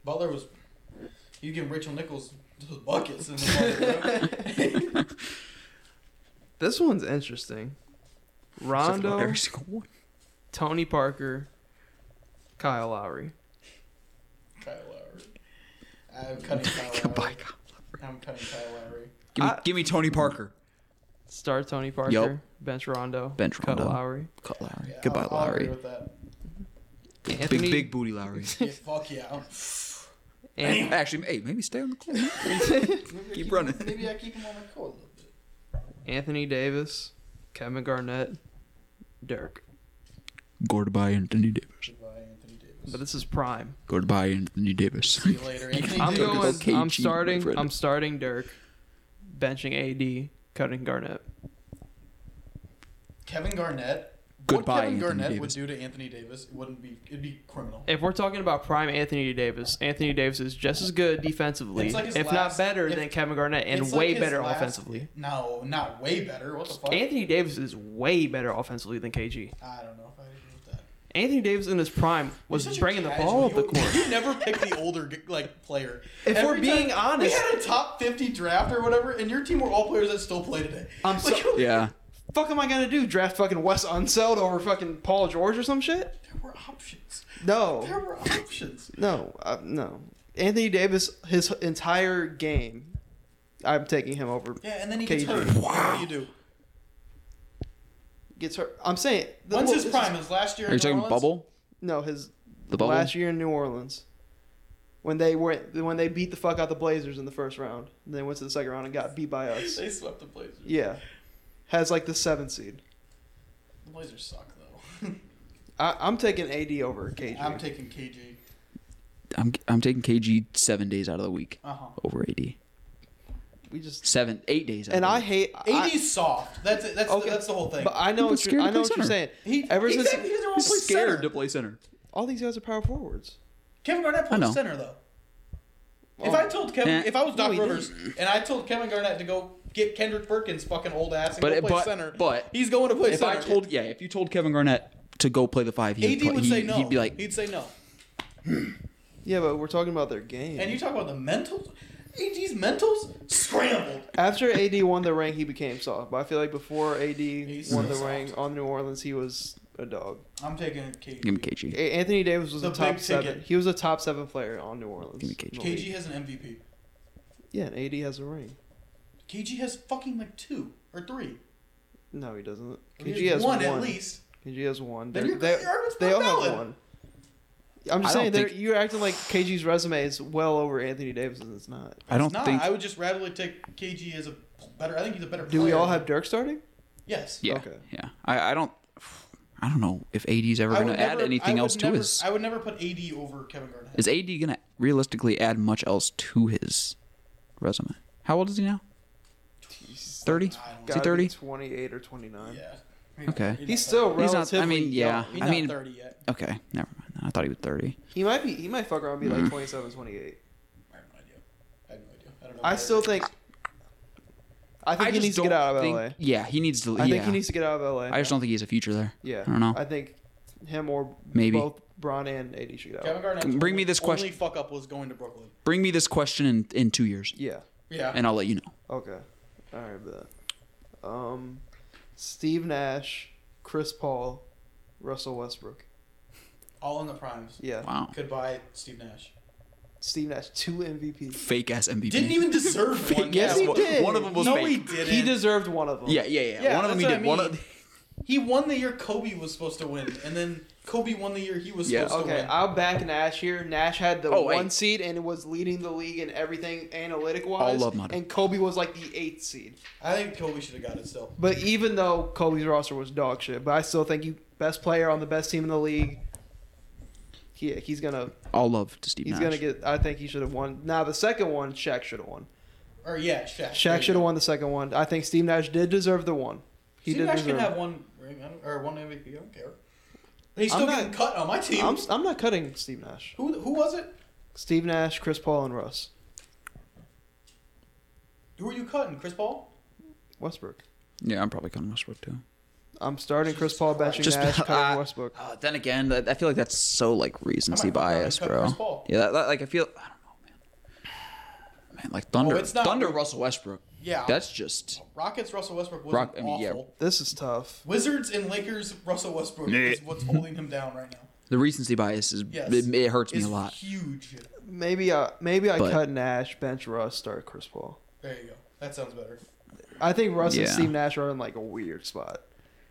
[SPEAKER 3] Butler was. You give Rachel Nichols those buckets in the ball, bro.
[SPEAKER 1] This one's interesting.
[SPEAKER 2] Except for
[SPEAKER 1] Rondo,
[SPEAKER 2] Every single one.
[SPEAKER 1] Tony Parker, Kyle Lowry.
[SPEAKER 3] Kyle Lowry. I'm cutting Kyle
[SPEAKER 2] Goodbye,
[SPEAKER 3] Lowry.
[SPEAKER 2] God.
[SPEAKER 3] I'm cutting Kyle Lowry.
[SPEAKER 2] Give me,
[SPEAKER 1] I-
[SPEAKER 2] give me Tony Parker.
[SPEAKER 1] Start Tony Parker,
[SPEAKER 2] Yup.
[SPEAKER 1] bench Rondo,
[SPEAKER 2] Bench
[SPEAKER 1] cut
[SPEAKER 2] Rondo.
[SPEAKER 1] Lowry.
[SPEAKER 2] Cut Lowry.
[SPEAKER 3] Yeah,
[SPEAKER 2] Goodbye,
[SPEAKER 3] I'll, I'll agree
[SPEAKER 2] Lowry.
[SPEAKER 3] with that.
[SPEAKER 2] Big,
[SPEAKER 1] Anthony,
[SPEAKER 2] big booty Lowry.
[SPEAKER 3] Yeah, fuck yeah. I'm-
[SPEAKER 1] An-
[SPEAKER 2] Actually, hey, maybe stay on the court.
[SPEAKER 3] Maybe I
[SPEAKER 2] Keep running.
[SPEAKER 3] Him, maybe I keep him on the court a little bit.
[SPEAKER 1] Anthony Davis, Kevin Garnett, Dirk.
[SPEAKER 2] Goodbye, Anthony Davis.
[SPEAKER 3] Goodbye, Anthony Davis.
[SPEAKER 1] But this is prime.
[SPEAKER 2] Goodbye, Anthony Davis.
[SPEAKER 3] See you later, Anthony
[SPEAKER 1] I'm
[SPEAKER 3] Davis.
[SPEAKER 1] going.
[SPEAKER 2] Okay,
[SPEAKER 1] I'm
[SPEAKER 2] G, my
[SPEAKER 1] starting.
[SPEAKER 2] friend.
[SPEAKER 1] I'm starting Dirk, benching AD, cutting Garnett.
[SPEAKER 3] Kevin Garnett.
[SPEAKER 2] Goodbye,
[SPEAKER 3] what Kevin
[SPEAKER 2] Anthony
[SPEAKER 3] Garnett
[SPEAKER 2] Davis.
[SPEAKER 3] would do to Anthony Davis, it wouldn't be. It'd be criminal.
[SPEAKER 1] If we're talking about prime Anthony Davis, Anthony Davis is just as good defensively,
[SPEAKER 3] It's like his
[SPEAKER 1] if
[SPEAKER 3] last-
[SPEAKER 1] not better
[SPEAKER 3] if-
[SPEAKER 1] than Kevin Garnett, and
[SPEAKER 3] It's like
[SPEAKER 1] way
[SPEAKER 3] his
[SPEAKER 1] better
[SPEAKER 3] last-
[SPEAKER 1] offensively.
[SPEAKER 3] No, not way better. What the fuck?
[SPEAKER 1] Anthony Davis is way better offensively than KG.
[SPEAKER 3] I don't know if I agree with that.
[SPEAKER 1] Anthony Davis in his prime was
[SPEAKER 3] You're such a
[SPEAKER 1] bringing the
[SPEAKER 3] casual.
[SPEAKER 1] ball up the
[SPEAKER 3] You-
[SPEAKER 1] court.
[SPEAKER 3] You never pick the older g- like player.
[SPEAKER 1] If we're being
[SPEAKER 3] time-
[SPEAKER 1] honest-
[SPEAKER 3] we had a top fifty draft or whatever, and your team were all players that still play today.
[SPEAKER 1] I'm so-
[SPEAKER 3] you-
[SPEAKER 2] Yeah.
[SPEAKER 1] Fuck am I gonna do? Draft fucking Wes Unseld over fucking Paul George or some shit?
[SPEAKER 3] There were options.
[SPEAKER 1] No,
[SPEAKER 3] There were options.
[SPEAKER 1] no, uh, no. Anthony Davis, his entire game, I'm taking him over.
[SPEAKER 3] Yeah, and then he gets
[SPEAKER 1] KG.
[SPEAKER 3] hurt. Wow. What do you do?
[SPEAKER 1] Gets hurt. I'm saying.
[SPEAKER 3] When's
[SPEAKER 1] well,
[SPEAKER 3] his
[SPEAKER 1] this
[SPEAKER 3] prime? His last year.
[SPEAKER 2] Are you
[SPEAKER 3] in
[SPEAKER 2] talking
[SPEAKER 3] New Orleans?
[SPEAKER 2] bubble?
[SPEAKER 1] No, his
[SPEAKER 2] The bubble?
[SPEAKER 1] last year in New Orleans when they went when they beat the fuck out the Blazers in the first round. And then went to the second round and got beat by us.
[SPEAKER 3] They swept the Blazers.
[SPEAKER 1] Yeah, has like the seven seed.
[SPEAKER 3] The Blazers suck though.
[SPEAKER 1] I, I'm taking AD over KG.
[SPEAKER 3] I'm taking KG.
[SPEAKER 2] I'm, I'm taking KG seven days out of the week
[SPEAKER 3] Uh huh.
[SPEAKER 2] over AD.
[SPEAKER 1] we just
[SPEAKER 2] Seven, eight days out
[SPEAKER 1] and
[SPEAKER 2] of
[SPEAKER 1] I
[SPEAKER 2] the week.
[SPEAKER 1] hate
[SPEAKER 3] AD's
[SPEAKER 1] I,
[SPEAKER 3] soft. That's it. That's
[SPEAKER 1] Okay.
[SPEAKER 3] the, that's the whole thing.
[SPEAKER 1] but I know
[SPEAKER 2] He was
[SPEAKER 1] what you're,
[SPEAKER 2] scared to
[SPEAKER 1] I know
[SPEAKER 2] play
[SPEAKER 1] what you're saying.
[SPEAKER 2] center.
[SPEAKER 3] he,
[SPEAKER 1] ever since-
[SPEAKER 3] exactly, he's
[SPEAKER 2] He's scared
[SPEAKER 3] scared
[SPEAKER 2] to play center.
[SPEAKER 1] All these guys are power forwards.
[SPEAKER 3] Kevin Garnett
[SPEAKER 2] I know.
[SPEAKER 3] plays center though. If
[SPEAKER 1] Oh,
[SPEAKER 3] I told Kevin,
[SPEAKER 2] Eh.
[SPEAKER 3] if I was Doc
[SPEAKER 1] No, he
[SPEAKER 3] Rivers, and I told Kevin Garnett to go get Kendrick Perkins' fucking old ass and
[SPEAKER 2] But-
[SPEAKER 3] go play
[SPEAKER 2] but-
[SPEAKER 3] center,
[SPEAKER 2] but-
[SPEAKER 3] he's going to play
[SPEAKER 2] If
[SPEAKER 3] center.
[SPEAKER 2] I told, yeah, if you told Kevin Garnett to go play the five, he
[SPEAKER 3] AD
[SPEAKER 2] would, play,
[SPEAKER 3] would
[SPEAKER 2] he,
[SPEAKER 3] say no,
[SPEAKER 2] he'd be like,
[SPEAKER 3] he'd say no.
[SPEAKER 1] yeah, but we're talking about their game.
[SPEAKER 3] And you talk about the mentals. AD's mentals scrambled.
[SPEAKER 1] After AD won the ring, he became soft. But I feel like before AD
[SPEAKER 3] so
[SPEAKER 1] won the
[SPEAKER 3] soft.
[SPEAKER 1] ring on New Orleans, he was a dog.
[SPEAKER 3] I'm taking KG.
[SPEAKER 2] give me KG.
[SPEAKER 1] A- Anthony Davis was
[SPEAKER 3] The
[SPEAKER 1] a top
[SPEAKER 3] big ticket.
[SPEAKER 1] seven. He was a top seven player on New Orleans.
[SPEAKER 2] Give me KG.
[SPEAKER 1] in the
[SPEAKER 3] KG
[SPEAKER 1] league.
[SPEAKER 3] has an MVP.
[SPEAKER 1] Yeah, and AD has a ring.
[SPEAKER 3] KG has fucking like two or three.
[SPEAKER 1] No, he doesn't.
[SPEAKER 3] He
[SPEAKER 1] KG has one.
[SPEAKER 3] one, at least.
[SPEAKER 1] KG has one.
[SPEAKER 3] Then
[SPEAKER 1] They're-
[SPEAKER 3] your-
[SPEAKER 1] they
[SPEAKER 3] your argument's
[SPEAKER 1] they
[SPEAKER 3] not
[SPEAKER 1] all have
[SPEAKER 3] valid.
[SPEAKER 1] one. I'm just
[SPEAKER 2] I
[SPEAKER 1] saying
[SPEAKER 2] don't
[SPEAKER 1] they're
[SPEAKER 2] think-
[SPEAKER 1] you're acting like KG's resume is well over Anthony Davis, and it's not.
[SPEAKER 2] I don't
[SPEAKER 3] It's not.
[SPEAKER 2] think.
[SPEAKER 3] I would just rather take KG as a better. I think he's a better.
[SPEAKER 1] Do we
[SPEAKER 3] player.
[SPEAKER 1] all have Dirk starting?
[SPEAKER 3] Yes.
[SPEAKER 2] yeah,
[SPEAKER 1] okay.
[SPEAKER 2] yeah. I, I don't. I don't know if AD's ever
[SPEAKER 3] I
[SPEAKER 2] going
[SPEAKER 3] would
[SPEAKER 2] to add
[SPEAKER 3] never- I
[SPEAKER 2] anything
[SPEAKER 3] would
[SPEAKER 2] else to
[SPEAKER 3] never-
[SPEAKER 2] his.
[SPEAKER 3] I would never put AD over Kevin Garnett.
[SPEAKER 2] Is AD going to realistically add much else to his resume? How old is he now? Thirty.
[SPEAKER 3] I don't
[SPEAKER 2] Is
[SPEAKER 1] Gotta
[SPEAKER 2] he
[SPEAKER 1] be
[SPEAKER 2] thirty?
[SPEAKER 1] 28 or 29.
[SPEAKER 3] Yeah.
[SPEAKER 2] Okay.
[SPEAKER 3] He's,
[SPEAKER 1] He's still
[SPEAKER 2] He's
[SPEAKER 1] relatively.
[SPEAKER 2] not. I mean, yeah.
[SPEAKER 1] young.
[SPEAKER 3] He's
[SPEAKER 2] I
[SPEAKER 3] not
[SPEAKER 2] mean,
[SPEAKER 3] 30 yet.
[SPEAKER 2] okay. Never mind. I thought he was thirty.
[SPEAKER 1] He might be. He might fuck around and be like
[SPEAKER 2] Mm.
[SPEAKER 1] 27, 28.
[SPEAKER 3] I have no idea. I have no idea. I don't know.
[SPEAKER 1] I still think. I think he
[SPEAKER 2] just
[SPEAKER 1] needs to
[SPEAKER 2] don't
[SPEAKER 1] get out of
[SPEAKER 2] think-
[SPEAKER 1] LA.
[SPEAKER 2] Yeah, he needs to.
[SPEAKER 1] I
[SPEAKER 2] yeah.
[SPEAKER 1] think he needs to get out of LA.
[SPEAKER 2] I just don't think he has a future there.
[SPEAKER 1] Yeah.
[SPEAKER 2] I don't know.
[SPEAKER 1] I think him or
[SPEAKER 2] Maybe.
[SPEAKER 1] both Braun and AD should get out.
[SPEAKER 3] Kevin Garnett.
[SPEAKER 2] Bring me this question.
[SPEAKER 3] Only fuck up was going to Brooklyn.
[SPEAKER 2] Bring me this question in, in two years,
[SPEAKER 1] Yeah.
[SPEAKER 3] Yeah.
[SPEAKER 2] and I'll let you know.
[SPEAKER 1] Okay. All right, but um, Steve Nash, Chris Paul, Russell Westbrook.
[SPEAKER 3] all in the primes.
[SPEAKER 1] Yeah.
[SPEAKER 2] Wow.
[SPEAKER 3] Goodbye, Steve Nash.
[SPEAKER 1] Steve Nash, two MVPs.
[SPEAKER 2] Fake ass MVP.
[SPEAKER 3] Didn't even deserve one.
[SPEAKER 1] Yes,
[SPEAKER 2] Yes,
[SPEAKER 1] he
[SPEAKER 2] one-
[SPEAKER 1] did.
[SPEAKER 2] one of them was
[SPEAKER 3] no,
[SPEAKER 2] fake.
[SPEAKER 3] he didn't.
[SPEAKER 1] He deserved one of them.
[SPEAKER 2] Yeah, yeah, yeah.
[SPEAKER 3] Yeah,
[SPEAKER 2] one of them he
[SPEAKER 3] that's
[SPEAKER 2] did.
[SPEAKER 3] what I
[SPEAKER 2] One
[SPEAKER 3] mean.
[SPEAKER 2] of
[SPEAKER 3] He won the year Kobe was supposed to win, and then Kobe won the year he was
[SPEAKER 2] Yeah,
[SPEAKER 3] supposed to
[SPEAKER 1] Okay,
[SPEAKER 3] win.
[SPEAKER 1] I'll back Nash here. Nash had the
[SPEAKER 2] Oh,
[SPEAKER 1] one
[SPEAKER 2] wait.
[SPEAKER 1] seed and was leading the league in everything analytic wise.
[SPEAKER 2] All of 'em.
[SPEAKER 1] And Kobe was like the eighth seed.
[SPEAKER 3] I think Kobe should have got it still.
[SPEAKER 1] But even though Kobe's roster was dog shit, but I still think you best player on the best team in the league. He, he's gonna
[SPEAKER 2] All love to Steve
[SPEAKER 1] he's
[SPEAKER 2] Nash.
[SPEAKER 1] gonna get. I think he should have won. Now the second one, Shaq should have won.
[SPEAKER 3] Or yeah, Shaq.
[SPEAKER 1] Shaq should have won the second one. I think Steve Nash did deserve the one. He
[SPEAKER 3] He
[SPEAKER 1] did
[SPEAKER 3] Nash can
[SPEAKER 1] deserve. it.
[SPEAKER 3] have one ring I don't- or one MVP. I don't care. And he's
[SPEAKER 1] I'm
[SPEAKER 3] still
[SPEAKER 1] not-
[SPEAKER 3] getting cut on my team.
[SPEAKER 1] I'm, I'm not cutting Steve Nash.
[SPEAKER 3] Who who was it?
[SPEAKER 1] Steve Nash, Chris Paul, and Russ
[SPEAKER 3] Who are you cutting? Chris Paul?
[SPEAKER 1] Westbrook.
[SPEAKER 2] yeah, I'm probably calling Westbrook too.
[SPEAKER 1] I'm starting Chris
[SPEAKER 3] Jesus
[SPEAKER 1] Paul,
[SPEAKER 3] Christ.
[SPEAKER 1] benching
[SPEAKER 2] Just-
[SPEAKER 1] Nash, cutting
[SPEAKER 2] uh,
[SPEAKER 1] Westbrook.
[SPEAKER 2] Uh, then again, I, I feel like that's so like recency
[SPEAKER 3] I might fuck around and
[SPEAKER 2] bias,
[SPEAKER 3] cut
[SPEAKER 2] bro.
[SPEAKER 3] Chris Paul.
[SPEAKER 2] Yeah, that, that- like I feel. I don't know, man. Man, like Thunder,
[SPEAKER 3] it's not-
[SPEAKER 2] Thunder, Russell Westbrook.
[SPEAKER 3] Yeah.
[SPEAKER 2] That's just
[SPEAKER 3] Rockets. Russell Westbrook was
[SPEAKER 2] Rock- I
[SPEAKER 3] awful.
[SPEAKER 2] mean, yeah.
[SPEAKER 1] This is tough.
[SPEAKER 3] Wizards and Lakers. Russell Westbrook
[SPEAKER 2] Meh.
[SPEAKER 3] is what's holding him down right now.
[SPEAKER 2] the recency bias is
[SPEAKER 3] Yes.
[SPEAKER 2] it, it hurts me
[SPEAKER 3] It's
[SPEAKER 2] a lot.
[SPEAKER 3] Huge.
[SPEAKER 1] Maybe I maybe I
[SPEAKER 2] But-
[SPEAKER 1] cut Nash, bench Russ, start Chris Paul.
[SPEAKER 3] There you go. That sounds better.
[SPEAKER 1] I think Russ and
[SPEAKER 2] Yeah.
[SPEAKER 1] Steve Nash are in like a weird spot.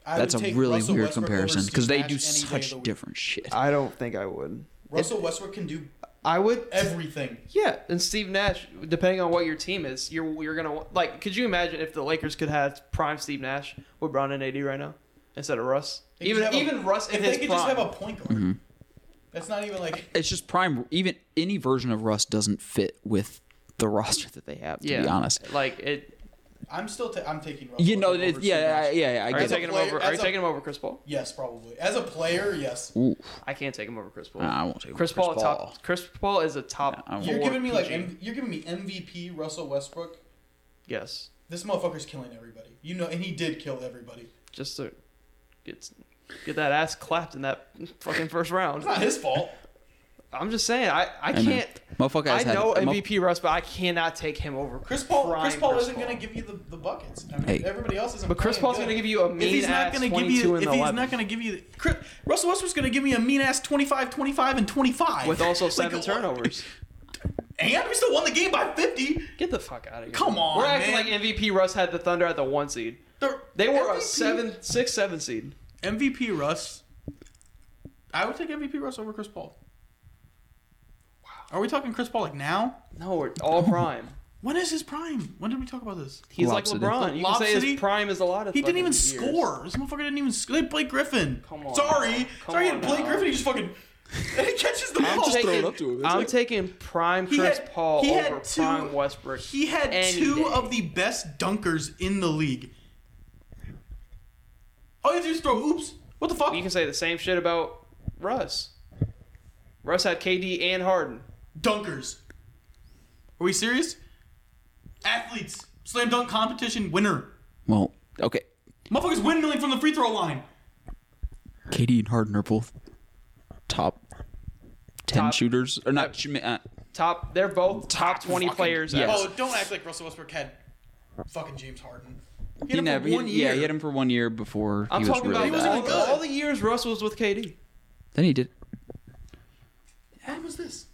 [SPEAKER 3] I
[SPEAKER 2] That's a
[SPEAKER 3] would take
[SPEAKER 2] really
[SPEAKER 3] Russell
[SPEAKER 2] weird
[SPEAKER 3] Westbrook
[SPEAKER 2] comparison
[SPEAKER 3] over
[SPEAKER 2] because
[SPEAKER 3] Steve
[SPEAKER 2] they
[SPEAKER 3] Nash
[SPEAKER 2] do
[SPEAKER 3] any day of
[SPEAKER 2] such
[SPEAKER 3] the week.
[SPEAKER 2] different shit.
[SPEAKER 1] I don't think I would.
[SPEAKER 3] Russell Westbrook can do
[SPEAKER 1] I would.
[SPEAKER 3] everything.
[SPEAKER 1] Yeah, and Steve Nash, depending on what your team is, you're you're gonna like. Could you imagine if the Lakers could have prime Steve Nash with Brown and AD right now instead of Russ?
[SPEAKER 3] They
[SPEAKER 1] Even
[SPEAKER 3] just have a-
[SPEAKER 1] even Russ
[SPEAKER 3] If
[SPEAKER 1] in
[SPEAKER 3] they
[SPEAKER 1] his
[SPEAKER 3] could
[SPEAKER 1] prime.
[SPEAKER 3] just have a point guard.
[SPEAKER 2] Mm-hmm.
[SPEAKER 3] That's not even like
[SPEAKER 2] it's just prime. Even any version of Russ doesn't fit with the roster that they have. To
[SPEAKER 1] yeah,
[SPEAKER 2] be honest,
[SPEAKER 1] like it.
[SPEAKER 3] I'm still. Ta- I'm taking. Russell
[SPEAKER 2] you know,
[SPEAKER 3] Westbrook
[SPEAKER 2] it,
[SPEAKER 3] over Steve
[SPEAKER 2] yeah,
[SPEAKER 3] Nash.
[SPEAKER 2] I- yeah, yeah, I
[SPEAKER 1] Are you
[SPEAKER 2] get it.
[SPEAKER 1] taking him
[SPEAKER 3] player-
[SPEAKER 1] over? Are you
[SPEAKER 3] as a-
[SPEAKER 1] taking him over Chris Paul?
[SPEAKER 3] Yes, probably. As a player, yes.
[SPEAKER 2] Ooh,
[SPEAKER 1] I can't take him over Chris Paul.
[SPEAKER 2] Nah, I won't take him
[SPEAKER 1] Chris
[SPEAKER 2] over
[SPEAKER 1] Paul.
[SPEAKER 2] Chris
[SPEAKER 1] a
[SPEAKER 2] Paul.
[SPEAKER 1] Top, Chris Paul is a top.
[SPEAKER 2] Yeah, I won't.
[SPEAKER 1] four
[SPEAKER 3] You're giving me like
[SPEAKER 1] PG.
[SPEAKER 3] M- you're giving me MVP Russell Westbrook.
[SPEAKER 1] yes,
[SPEAKER 3] This motherfucker's killing everybody. You know, and he did kill everybody.
[SPEAKER 1] just to get get that ass clapped in that fucking first round.
[SPEAKER 3] It's not his fault.
[SPEAKER 1] I'm just saying, I I
[SPEAKER 2] Hey, man.
[SPEAKER 1] can't.
[SPEAKER 2] Motherfucker
[SPEAKER 1] I
[SPEAKER 2] has had-
[SPEAKER 1] know
[SPEAKER 2] mo-
[SPEAKER 1] MVP Russ, but I cannot take him over
[SPEAKER 3] Chris Paul.
[SPEAKER 1] prime
[SPEAKER 3] Chris Paul
[SPEAKER 1] Chris
[SPEAKER 3] isn't
[SPEAKER 1] Paul.
[SPEAKER 3] going to give you the, the buckets. I mean,
[SPEAKER 2] Hey.
[SPEAKER 3] everybody else isn't.
[SPEAKER 1] But Chris
[SPEAKER 3] playing
[SPEAKER 1] Paul's
[SPEAKER 3] good.
[SPEAKER 1] going to give you a mean ass
[SPEAKER 3] gonna
[SPEAKER 1] 22 and 11.
[SPEAKER 3] going to give you, Chris, Russell Westbrook's going to give me a mean ass 25, 25, and 25.
[SPEAKER 1] with also
[SPEAKER 3] Like,
[SPEAKER 1] seven
[SPEAKER 3] what?
[SPEAKER 1] turnovers.
[SPEAKER 3] And we still won the game by 50.
[SPEAKER 1] Get the fuck out of here.
[SPEAKER 3] Come on,
[SPEAKER 1] We're acting
[SPEAKER 3] man.
[SPEAKER 1] like MVP Russ had the Thunder at the one seed.
[SPEAKER 3] The-
[SPEAKER 1] They were a
[SPEAKER 3] MVP
[SPEAKER 1] seven, six, seven seed.
[SPEAKER 3] MVP Russ. I would take MVP Russ over Chris Paul. Wow. Are we talking Chris Paul like now?
[SPEAKER 1] No, we're all prime.
[SPEAKER 3] When is his prime? When did we talk about this?
[SPEAKER 1] He's
[SPEAKER 2] Lopsided.
[SPEAKER 1] like LeBron. You can say
[SPEAKER 3] Lopsided?
[SPEAKER 1] his prime is a lot of.
[SPEAKER 3] He didn't
[SPEAKER 1] fucking
[SPEAKER 3] even
[SPEAKER 1] years.
[SPEAKER 3] score. This motherfucker didn't even score. They played Griffin.
[SPEAKER 1] Come on
[SPEAKER 3] Sorry.
[SPEAKER 1] now. Come
[SPEAKER 3] Sorry, he
[SPEAKER 1] on
[SPEAKER 3] had Blake
[SPEAKER 1] now.
[SPEAKER 3] Griffin. He just fucking. And he catches the
[SPEAKER 1] I'm
[SPEAKER 3] ball.
[SPEAKER 2] just throwing
[SPEAKER 1] taking,
[SPEAKER 2] up to him. It's
[SPEAKER 1] I'm
[SPEAKER 2] like-
[SPEAKER 1] taking prime
[SPEAKER 3] He
[SPEAKER 1] Chris
[SPEAKER 3] had-
[SPEAKER 1] Paul
[SPEAKER 3] he had
[SPEAKER 1] over
[SPEAKER 3] two-
[SPEAKER 1] prime Westbrook.
[SPEAKER 3] He had
[SPEAKER 1] any
[SPEAKER 3] two
[SPEAKER 1] day.
[SPEAKER 3] of the best dunkers in the league. All you have to do is throw hoops. What the fuck?
[SPEAKER 1] You can say the same shit about Russ. Russ had KD and Harden.
[SPEAKER 3] Dunkers. Are we serious? Athletes. Slam dunk competition winner.
[SPEAKER 2] well, okay.
[SPEAKER 3] Motherfuckers windmilling from the free throw line.
[SPEAKER 2] KD and Harden are both top ten
[SPEAKER 1] Top-
[SPEAKER 2] shooters, or not? shoot- Uh,
[SPEAKER 1] Top, they're both top,
[SPEAKER 2] Top
[SPEAKER 1] 20
[SPEAKER 2] fucking-
[SPEAKER 1] players.
[SPEAKER 2] yes.
[SPEAKER 1] ever.
[SPEAKER 3] Oh, don't act like Russell Westbrook had fucking James Harden. He
[SPEAKER 2] he
[SPEAKER 3] had him
[SPEAKER 2] never,
[SPEAKER 3] for one
[SPEAKER 2] yeah,
[SPEAKER 3] year.
[SPEAKER 2] he had him for one year before
[SPEAKER 1] I'm
[SPEAKER 2] he was
[SPEAKER 1] talking
[SPEAKER 2] really
[SPEAKER 1] about
[SPEAKER 2] bad.
[SPEAKER 1] all,
[SPEAKER 3] wasn't good.
[SPEAKER 1] all the years Russ was with KD.
[SPEAKER 2] Then he did.
[SPEAKER 3] How was this?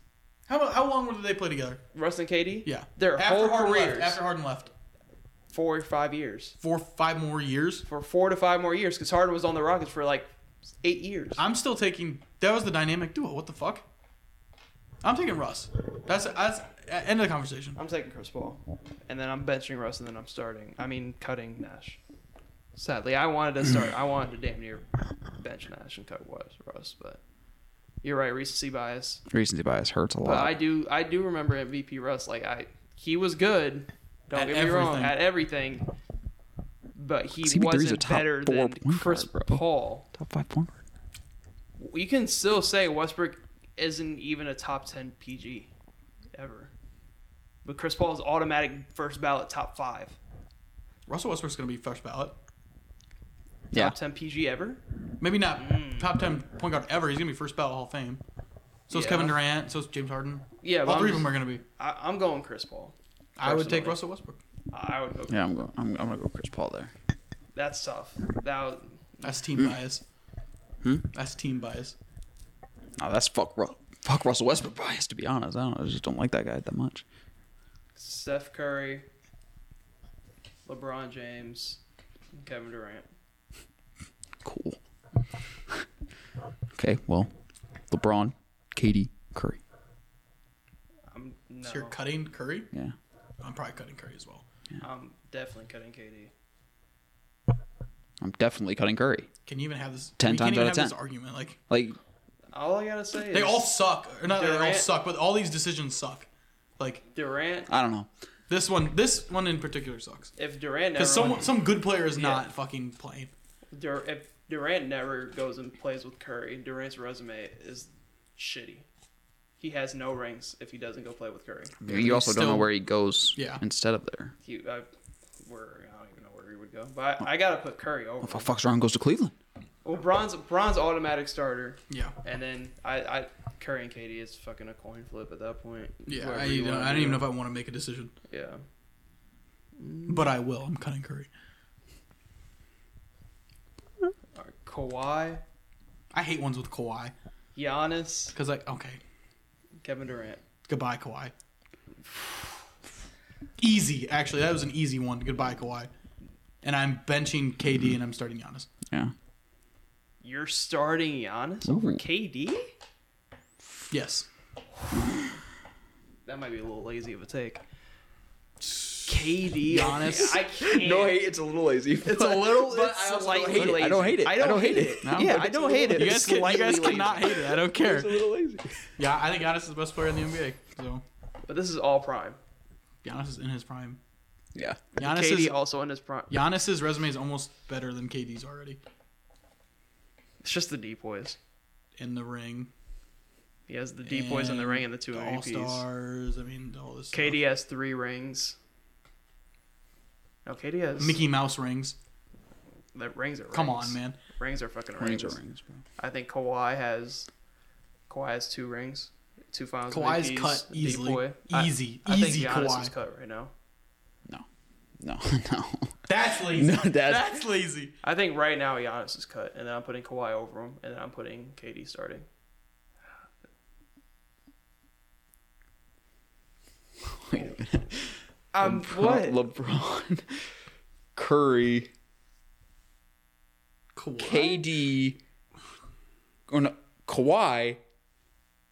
[SPEAKER 3] How, how long did they play together?
[SPEAKER 1] Russ and KD.
[SPEAKER 3] Yeah.
[SPEAKER 1] their
[SPEAKER 3] after
[SPEAKER 1] whole
[SPEAKER 3] Harden
[SPEAKER 1] careers.
[SPEAKER 3] Left, after Harden left.
[SPEAKER 1] four or five years.
[SPEAKER 3] Four, five more years.
[SPEAKER 1] For four to five more years, because Harden was on the Rockets for like eight years.
[SPEAKER 3] I'm still taking. That was the dynamic duo. What the fuck? I'm taking Russ. That's that's end of the conversation.
[SPEAKER 1] I'm taking Chris Paul, and then I'm benching Russ, and then I'm starting. I mean, cutting Nash. Sadly, I wanted to start. I wanted to damn near bench Nash and cut Wes- Russ, but you're right. Recency bias.
[SPEAKER 2] Recency bias hurts a lot.
[SPEAKER 1] But I do I do remember MVP Russ. Like I he was good. Don't
[SPEAKER 3] At
[SPEAKER 1] get me wrong
[SPEAKER 3] everything.
[SPEAKER 1] at everything. But he
[SPEAKER 2] CP3 's a
[SPEAKER 1] wasn't
[SPEAKER 2] top
[SPEAKER 1] better than
[SPEAKER 2] four point guard,
[SPEAKER 1] Chris
[SPEAKER 2] bro.
[SPEAKER 1] Paul.
[SPEAKER 2] top five point guard.
[SPEAKER 1] You can still say Westbrook isn't even a top ten PG ever. But Chris Paul is automatic first ballot top five.
[SPEAKER 3] Russell Westbrook's gonna be first ballot.
[SPEAKER 2] Yeah,
[SPEAKER 1] Top ten PG ever?
[SPEAKER 3] Maybe not
[SPEAKER 1] Mm.
[SPEAKER 3] top ten point guard ever. He's gonna be first ballot Hall of Fame. So is
[SPEAKER 1] Yeah.
[SPEAKER 3] Kevin Durant. So is James Harden.
[SPEAKER 1] Yeah, but
[SPEAKER 3] All
[SPEAKER 1] I'm,
[SPEAKER 3] three of
[SPEAKER 1] just-
[SPEAKER 3] them are gonna be.
[SPEAKER 1] I, I'm going Chris Paul.
[SPEAKER 3] I would take
[SPEAKER 1] Personally.
[SPEAKER 3] Russell Westbrook.
[SPEAKER 1] I I would go
[SPEAKER 2] yeah, I'm going. I'm, I'm gonna go Chris Paul there.
[SPEAKER 1] that's tough. That
[SPEAKER 3] That's team bias.
[SPEAKER 2] Hmm?
[SPEAKER 3] That's team bias.
[SPEAKER 2] No, that's fuck. Ru- fuck Russell Westbrook bias. To be honest, I don't. I just don't like that guy that much.
[SPEAKER 1] Steph Curry, LeBron James, and Kevin Durant.
[SPEAKER 2] Cool. okay, well, LeBron, Katie, Curry.
[SPEAKER 1] I'm no.
[SPEAKER 3] So you're cutting Curry?
[SPEAKER 2] Yeah.
[SPEAKER 3] I'm probably cutting Curry as well.
[SPEAKER 1] I'm definitely cutting KD.
[SPEAKER 2] I'm definitely cutting Curry.
[SPEAKER 3] Can you even have this?
[SPEAKER 2] Ten
[SPEAKER 3] we
[SPEAKER 2] times
[SPEAKER 3] can't even
[SPEAKER 2] out of
[SPEAKER 3] have This
[SPEAKER 2] ten.
[SPEAKER 3] argument like
[SPEAKER 2] Like,
[SPEAKER 1] All I gotta say is
[SPEAKER 3] they all suck. Or not they all
[SPEAKER 1] Durant-
[SPEAKER 3] suck, but all these decisions suck. Like
[SPEAKER 1] Durant.
[SPEAKER 2] I don't know.
[SPEAKER 3] this one, this one in particular sucks.
[SPEAKER 1] If Durant never
[SPEAKER 3] Because some
[SPEAKER 1] went-
[SPEAKER 3] some good player is
[SPEAKER 1] Yeah.
[SPEAKER 3] not fucking playing.
[SPEAKER 1] Dur- if Durant never goes and plays with Curry, Durant's resume is shitty. He has no rings if he doesn't go play with Curry.
[SPEAKER 2] You also don't know
[SPEAKER 3] still-
[SPEAKER 2] where he goes
[SPEAKER 3] Yeah.
[SPEAKER 2] instead of there.
[SPEAKER 1] He, I, where I don't even know where he would go, but I, I gotta put Curry over.
[SPEAKER 2] What the fuck's wrong? Goes to Cleveland.
[SPEAKER 1] Well, Bron's Bron's automatic starter,
[SPEAKER 3] Yeah,
[SPEAKER 1] and then I, I Curry and Katie is fucking a coin flip at that point.
[SPEAKER 3] yeah.
[SPEAKER 1] Whoever
[SPEAKER 3] I,
[SPEAKER 1] you
[SPEAKER 3] you know,
[SPEAKER 1] wanna
[SPEAKER 3] I don't even know
[SPEAKER 1] do.
[SPEAKER 3] if I want to make a decision,
[SPEAKER 1] Yeah.
[SPEAKER 3] but I will. I'm cutting Curry.
[SPEAKER 1] All right, Kawhi,
[SPEAKER 3] I hate ones with Kawhi
[SPEAKER 1] Giannis,
[SPEAKER 3] because like okay,
[SPEAKER 1] Kevin Durant.
[SPEAKER 3] goodbye Kawhi. Easy, actually, that was an easy one. Goodbye Kawhi, and I'm benching KD and I'm starting Giannis.
[SPEAKER 2] Yeah.
[SPEAKER 1] You're starting Giannis
[SPEAKER 2] Ooh.
[SPEAKER 1] over KD?
[SPEAKER 3] Yes,
[SPEAKER 1] That might be a little lazy of a take. KD,
[SPEAKER 3] Giannis.
[SPEAKER 1] I can't.
[SPEAKER 2] it's a little lazy.
[SPEAKER 1] It's a little.
[SPEAKER 3] but
[SPEAKER 1] it's
[SPEAKER 3] I also
[SPEAKER 1] slightly
[SPEAKER 3] don't hate it.
[SPEAKER 1] lazy.
[SPEAKER 2] I don't hate it.
[SPEAKER 1] I don't, hate, it.
[SPEAKER 2] No,
[SPEAKER 1] yeah,
[SPEAKER 2] but
[SPEAKER 1] I
[SPEAKER 2] it's a
[SPEAKER 1] don't hate it.
[SPEAKER 3] you
[SPEAKER 1] It's
[SPEAKER 3] guys, can, you guys
[SPEAKER 1] slightly
[SPEAKER 3] cannot
[SPEAKER 1] lazy.
[SPEAKER 3] hate it. I don't care.
[SPEAKER 2] little lazy.
[SPEAKER 3] Yeah, I think Giannis is the best player in the NBA. So
[SPEAKER 1] But this is all prime.
[SPEAKER 3] Giannis is in his prime.
[SPEAKER 2] Yeah.
[SPEAKER 3] Giannis
[SPEAKER 1] KD
[SPEAKER 3] is,
[SPEAKER 1] also in his prime.
[SPEAKER 3] Giannis's resume is almost better than KD's already
[SPEAKER 1] It's just the depoys.
[SPEAKER 3] in the ring,
[SPEAKER 1] He has the depoys in the ring and the two
[SPEAKER 3] All
[SPEAKER 1] MVPs.
[SPEAKER 3] Stars. I mean, all this. stuff.
[SPEAKER 1] KD has three rings. No, KD has
[SPEAKER 3] Mickey Mouse rings.
[SPEAKER 1] The rings are rings.
[SPEAKER 3] Come on, man.
[SPEAKER 1] Rings are fucking rings.
[SPEAKER 2] Rings are rings, bro.
[SPEAKER 1] I think Kawhi has Kawhi has two rings, two finals.
[SPEAKER 3] Kawhi's
[SPEAKER 1] MVPs,
[SPEAKER 3] cut
[SPEAKER 1] a
[SPEAKER 3] easily.
[SPEAKER 1] depoy.
[SPEAKER 3] Easy.
[SPEAKER 1] I,
[SPEAKER 3] Easy
[SPEAKER 1] I think Giannis
[SPEAKER 3] Kawhi.
[SPEAKER 1] is cut right now.
[SPEAKER 2] No, no,
[SPEAKER 3] That's lazy.
[SPEAKER 2] no. That's
[SPEAKER 3] That's lazy.
[SPEAKER 1] I think right now Giannis is cut, and then I'm putting Kawhi over him, and then I'm putting KD starting.
[SPEAKER 2] wait a minute.
[SPEAKER 1] Um,
[SPEAKER 2] LeBron, LeBron, Curry,
[SPEAKER 3] Kawhi.
[SPEAKER 2] KD, or no, Kawhi,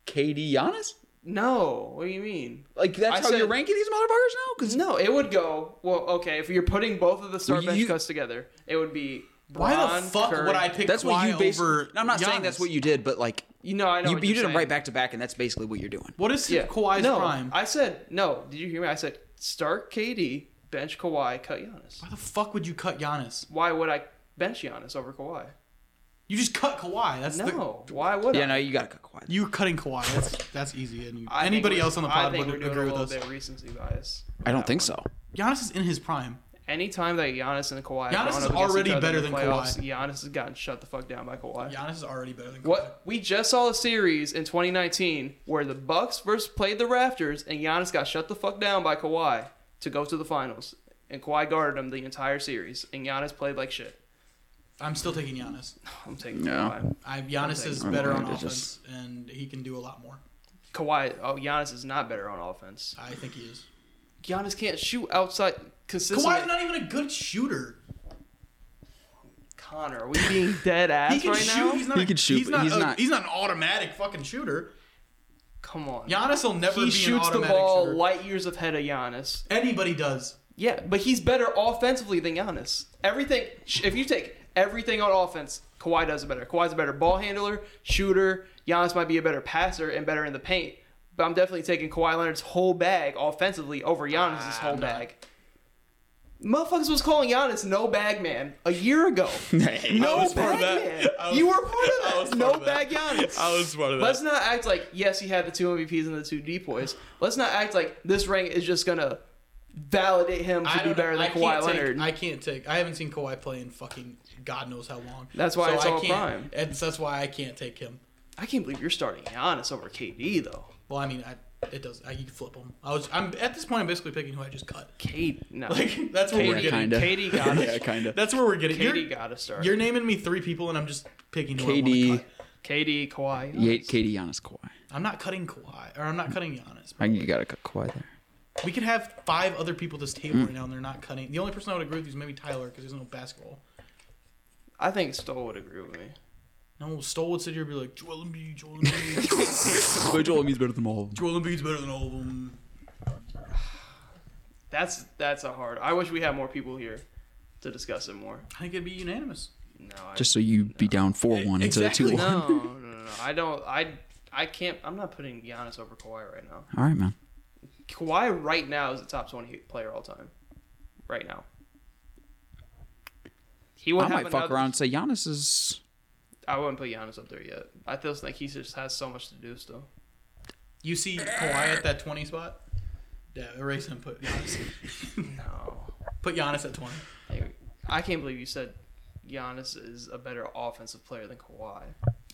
[SPEAKER 2] KD, Giannis.
[SPEAKER 1] No, what do you mean?
[SPEAKER 2] Like that's
[SPEAKER 1] I
[SPEAKER 2] how
[SPEAKER 1] said-
[SPEAKER 2] you're ranking these motherfuckers now? Because
[SPEAKER 1] No, it would go well. Okay, if you're putting both of the star
[SPEAKER 2] Well,
[SPEAKER 1] bench
[SPEAKER 2] you-
[SPEAKER 1] cuts together, it would be.
[SPEAKER 3] Why
[SPEAKER 1] Bron,
[SPEAKER 3] the fuck
[SPEAKER 1] Curry-
[SPEAKER 3] would I pick
[SPEAKER 2] that's
[SPEAKER 3] Kawhi
[SPEAKER 2] what you basically.
[SPEAKER 3] over?
[SPEAKER 2] I'm not saying that's what you did, but like
[SPEAKER 1] You know, I know
[SPEAKER 2] you,
[SPEAKER 1] what
[SPEAKER 2] you
[SPEAKER 1] you're
[SPEAKER 2] did them
[SPEAKER 1] saying.
[SPEAKER 2] right back to back, and that's basically what you're doing.
[SPEAKER 3] What is
[SPEAKER 1] Yeah,
[SPEAKER 3] Kawhi's
[SPEAKER 1] no,
[SPEAKER 3] prime?
[SPEAKER 1] I said no. Did you hear me? I said start KD, bench Kawhi, cut Giannis.
[SPEAKER 3] Why the fuck would you cut Giannis?
[SPEAKER 1] Why would I bench Giannis over Kawhi?
[SPEAKER 3] You just cut Kawhi. That's the.
[SPEAKER 1] No, why would I?
[SPEAKER 2] Yeah, no, you gotta cut Kawhi.
[SPEAKER 3] You cutting Kawhi. That's that's easy. And you,
[SPEAKER 1] I think
[SPEAKER 3] anybody
[SPEAKER 1] we're-
[SPEAKER 3] else on the
[SPEAKER 1] I
[SPEAKER 3] pod
[SPEAKER 1] think
[SPEAKER 3] would
[SPEAKER 1] we're doing
[SPEAKER 3] agree
[SPEAKER 1] a
[SPEAKER 3] with
[SPEAKER 1] little
[SPEAKER 3] us.
[SPEAKER 1] bit recency bias.
[SPEAKER 2] I don't think so.
[SPEAKER 3] Giannis is in his prime.
[SPEAKER 1] Anytime that Giannis and Kawhi,
[SPEAKER 3] Giannis
[SPEAKER 1] have gone
[SPEAKER 3] is
[SPEAKER 1] up against
[SPEAKER 3] already
[SPEAKER 1] each other
[SPEAKER 3] better
[SPEAKER 1] in the
[SPEAKER 3] than
[SPEAKER 1] playoffs,
[SPEAKER 3] Kawhi.
[SPEAKER 1] Giannis has gotten shut the fuck down by Kawhi.
[SPEAKER 3] Giannis is already better than Kawhi.
[SPEAKER 1] What we just saw a series in 2019 where the Bucks versus played the Raptors and Giannis got shut the fuck down by Kawhi to go to the finals, and Kawhi guarded him the entire series, and Giannis played like shit.
[SPEAKER 3] I'm still taking Giannis.
[SPEAKER 1] I'm taking
[SPEAKER 2] No.
[SPEAKER 1] Kawhi.
[SPEAKER 3] I Giannis
[SPEAKER 1] taking
[SPEAKER 3] is
[SPEAKER 2] Kawhi.
[SPEAKER 3] better on
[SPEAKER 2] I'm
[SPEAKER 3] offense,
[SPEAKER 2] just-
[SPEAKER 3] and he can do a lot more.
[SPEAKER 1] Kawhi, oh Giannis is not better on offense.
[SPEAKER 3] I think he is.
[SPEAKER 1] Giannis can't shoot outside consistently.
[SPEAKER 3] Kawhi's not even a good shooter.
[SPEAKER 1] Connor, are we being dead ass
[SPEAKER 3] he can
[SPEAKER 1] right
[SPEAKER 3] shoot.
[SPEAKER 1] now?
[SPEAKER 3] He's not.
[SPEAKER 2] He
[SPEAKER 3] a-
[SPEAKER 2] can shoot,
[SPEAKER 3] He's
[SPEAKER 2] but
[SPEAKER 3] not.
[SPEAKER 2] he's
[SPEAKER 3] a-
[SPEAKER 2] not-
[SPEAKER 3] he's not an automatic fucking shooter.
[SPEAKER 1] Come on.
[SPEAKER 3] Giannis will never
[SPEAKER 1] he
[SPEAKER 3] be an
[SPEAKER 1] shoots the
[SPEAKER 3] automatic
[SPEAKER 1] ball
[SPEAKER 3] shooter.
[SPEAKER 1] light years ahead of Giannis.
[SPEAKER 3] Anybody does.
[SPEAKER 1] Yeah, but he's better offensively than Giannis. Everything, sh- if you take everything on offense, Kawhi does it better. Kawhi's a better ball handler, shooter. Giannis might be a better passer and better in the paint. But I'm definitely taking Kawhi Leonard's whole bag offensively over Giannis's whole bag. Motherfuckers was calling Giannis no bag man a year ago.
[SPEAKER 3] I
[SPEAKER 1] No
[SPEAKER 3] was
[SPEAKER 1] bag
[SPEAKER 3] part of that.
[SPEAKER 1] man.
[SPEAKER 3] I was-
[SPEAKER 1] you were part of
[SPEAKER 3] I
[SPEAKER 1] that.
[SPEAKER 3] was part
[SPEAKER 1] no
[SPEAKER 3] of that.
[SPEAKER 1] bag Giannis.
[SPEAKER 3] I was part of that.
[SPEAKER 1] Let's not act like yes, he had the two MVPs and the two depoys. Let's not act like this rank is just gonna validate him to
[SPEAKER 3] I
[SPEAKER 1] be
[SPEAKER 3] don't
[SPEAKER 1] better
[SPEAKER 3] know. I
[SPEAKER 1] than
[SPEAKER 3] can't
[SPEAKER 1] Kawhi
[SPEAKER 3] take-
[SPEAKER 1] Leonard.
[SPEAKER 3] I can't take. I haven't seen Kawhi play in fucking God knows how long.
[SPEAKER 1] That's why it's
[SPEAKER 3] I
[SPEAKER 1] all
[SPEAKER 3] can't-
[SPEAKER 1] prime.
[SPEAKER 3] and that's why I can't take him.
[SPEAKER 1] I can't believe you're starting Giannis over KD though.
[SPEAKER 3] Well, I mean, I, it does. I, you can flip him. I was. I'm at this point. I'm basically picking who I just cut.
[SPEAKER 1] KD, no,
[SPEAKER 3] Like that's what we're
[SPEAKER 1] KD,
[SPEAKER 2] Yeah,
[SPEAKER 3] getting.
[SPEAKER 2] kinda.
[SPEAKER 1] KD got
[SPEAKER 2] yeah,
[SPEAKER 1] to
[SPEAKER 2] kinda.
[SPEAKER 3] That's where we're getting.
[SPEAKER 1] KD
[SPEAKER 3] you're,
[SPEAKER 1] got to start.
[SPEAKER 3] you're naming me three people, and I'm just picking who I
[SPEAKER 2] KD,
[SPEAKER 3] want to cut.
[SPEAKER 1] KD, Kawhi,
[SPEAKER 2] yeah,
[SPEAKER 1] Giannis.
[SPEAKER 2] KD, Giannis, Kawhi.
[SPEAKER 3] I'm not cutting Kawhi, or I'm not cutting Giannis.
[SPEAKER 2] I think you gotta cut Kawhi there.
[SPEAKER 3] We could have five
[SPEAKER 1] Hmm.
[SPEAKER 3] other people at this table right now, and they're not cutting. The only person I would agree with is maybe Tyler because he doesn't know basketball.
[SPEAKER 1] I think Stoll would agree with me.
[SPEAKER 3] No, Stoll would sit here and be like, Joel Embiid, Joel Embiid.
[SPEAKER 2] But Joel Embiid's better than all of them.
[SPEAKER 3] Joel Embiid's better than all of them.
[SPEAKER 1] That's that's a hard. I wish we had more people here to discuss it more.
[SPEAKER 3] I think it'd be unanimous.
[SPEAKER 1] No, I,
[SPEAKER 2] Just so you'd be down 4 1 instead of 2
[SPEAKER 3] Exactly.
[SPEAKER 1] no,
[SPEAKER 2] 1.
[SPEAKER 1] no, no, no. I don't. I I can't. I'm not putting Giannis over Kawhi right now.
[SPEAKER 2] All right, man.
[SPEAKER 1] Kawhi right now is the top 20 player all time. Right now. He would
[SPEAKER 2] I
[SPEAKER 1] have
[SPEAKER 2] might fuck
[SPEAKER 1] another-
[SPEAKER 2] around and say Giannis is.
[SPEAKER 1] I wouldn't put Giannis up there yet. I still think he just has so much to do still.
[SPEAKER 3] You see Kawhi at that 20 spot? Yeah, erase him. Put Giannis.
[SPEAKER 1] No.
[SPEAKER 3] put Giannis at 20.
[SPEAKER 1] Like, I can't believe you said Giannis is a better offensive player than Kawhi.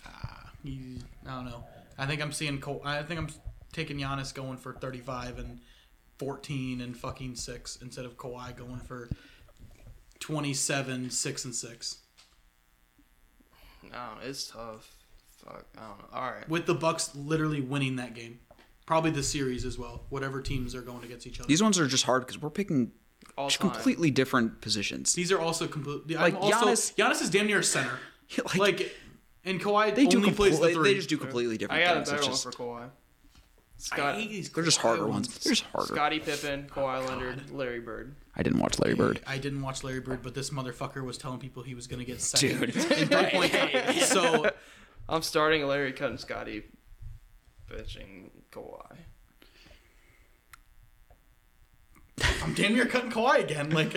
[SPEAKER 3] Ah, you- I don't know. I think I'm seeing. Ka- I think I'm taking Giannis going for 35 and 14 and fucking six instead of Kawhi going for 27, six and six.
[SPEAKER 1] No, it's tough. Fuck. I don't know. All right.
[SPEAKER 3] With the Bucks literally winning that game, probably the series as well. Whatever teams are going against each other. These,
[SPEAKER 2] These ones are just hard because we're picking
[SPEAKER 1] All
[SPEAKER 2] just
[SPEAKER 1] time.
[SPEAKER 2] completely different positions.
[SPEAKER 3] are also completely.
[SPEAKER 2] Like,
[SPEAKER 3] I'm also,
[SPEAKER 2] Giannis-
[SPEAKER 3] Giannis, is damn near a center.
[SPEAKER 2] Like,
[SPEAKER 3] Like, and Kawhi
[SPEAKER 2] they do
[SPEAKER 3] only plays the
[SPEAKER 2] completely.
[SPEAKER 3] three.
[SPEAKER 2] They just do completely different
[SPEAKER 1] I got a
[SPEAKER 2] things.
[SPEAKER 1] better
[SPEAKER 2] It's
[SPEAKER 1] one
[SPEAKER 2] just-
[SPEAKER 1] for Kawhi.
[SPEAKER 3] I
[SPEAKER 1] Scott,
[SPEAKER 3] hate these
[SPEAKER 2] they're just
[SPEAKER 3] Kawhi
[SPEAKER 2] harder ones. They're just harder.
[SPEAKER 1] Scottie Pippen, Kawhi Leonard, Larry Bird.
[SPEAKER 2] I didn't watch Larry Bird.
[SPEAKER 3] I didn't watch Larry Bird, but this motherfucker was telling people he was gonna get second
[SPEAKER 2] Dude.
[SPEAKER 3] in three point. So
[SPEAKER 1] I'm starting Larry cutting Scotty, bitching Kawhi.
[SPEAKER 3] I'm damn near cutting Kawhi again. Like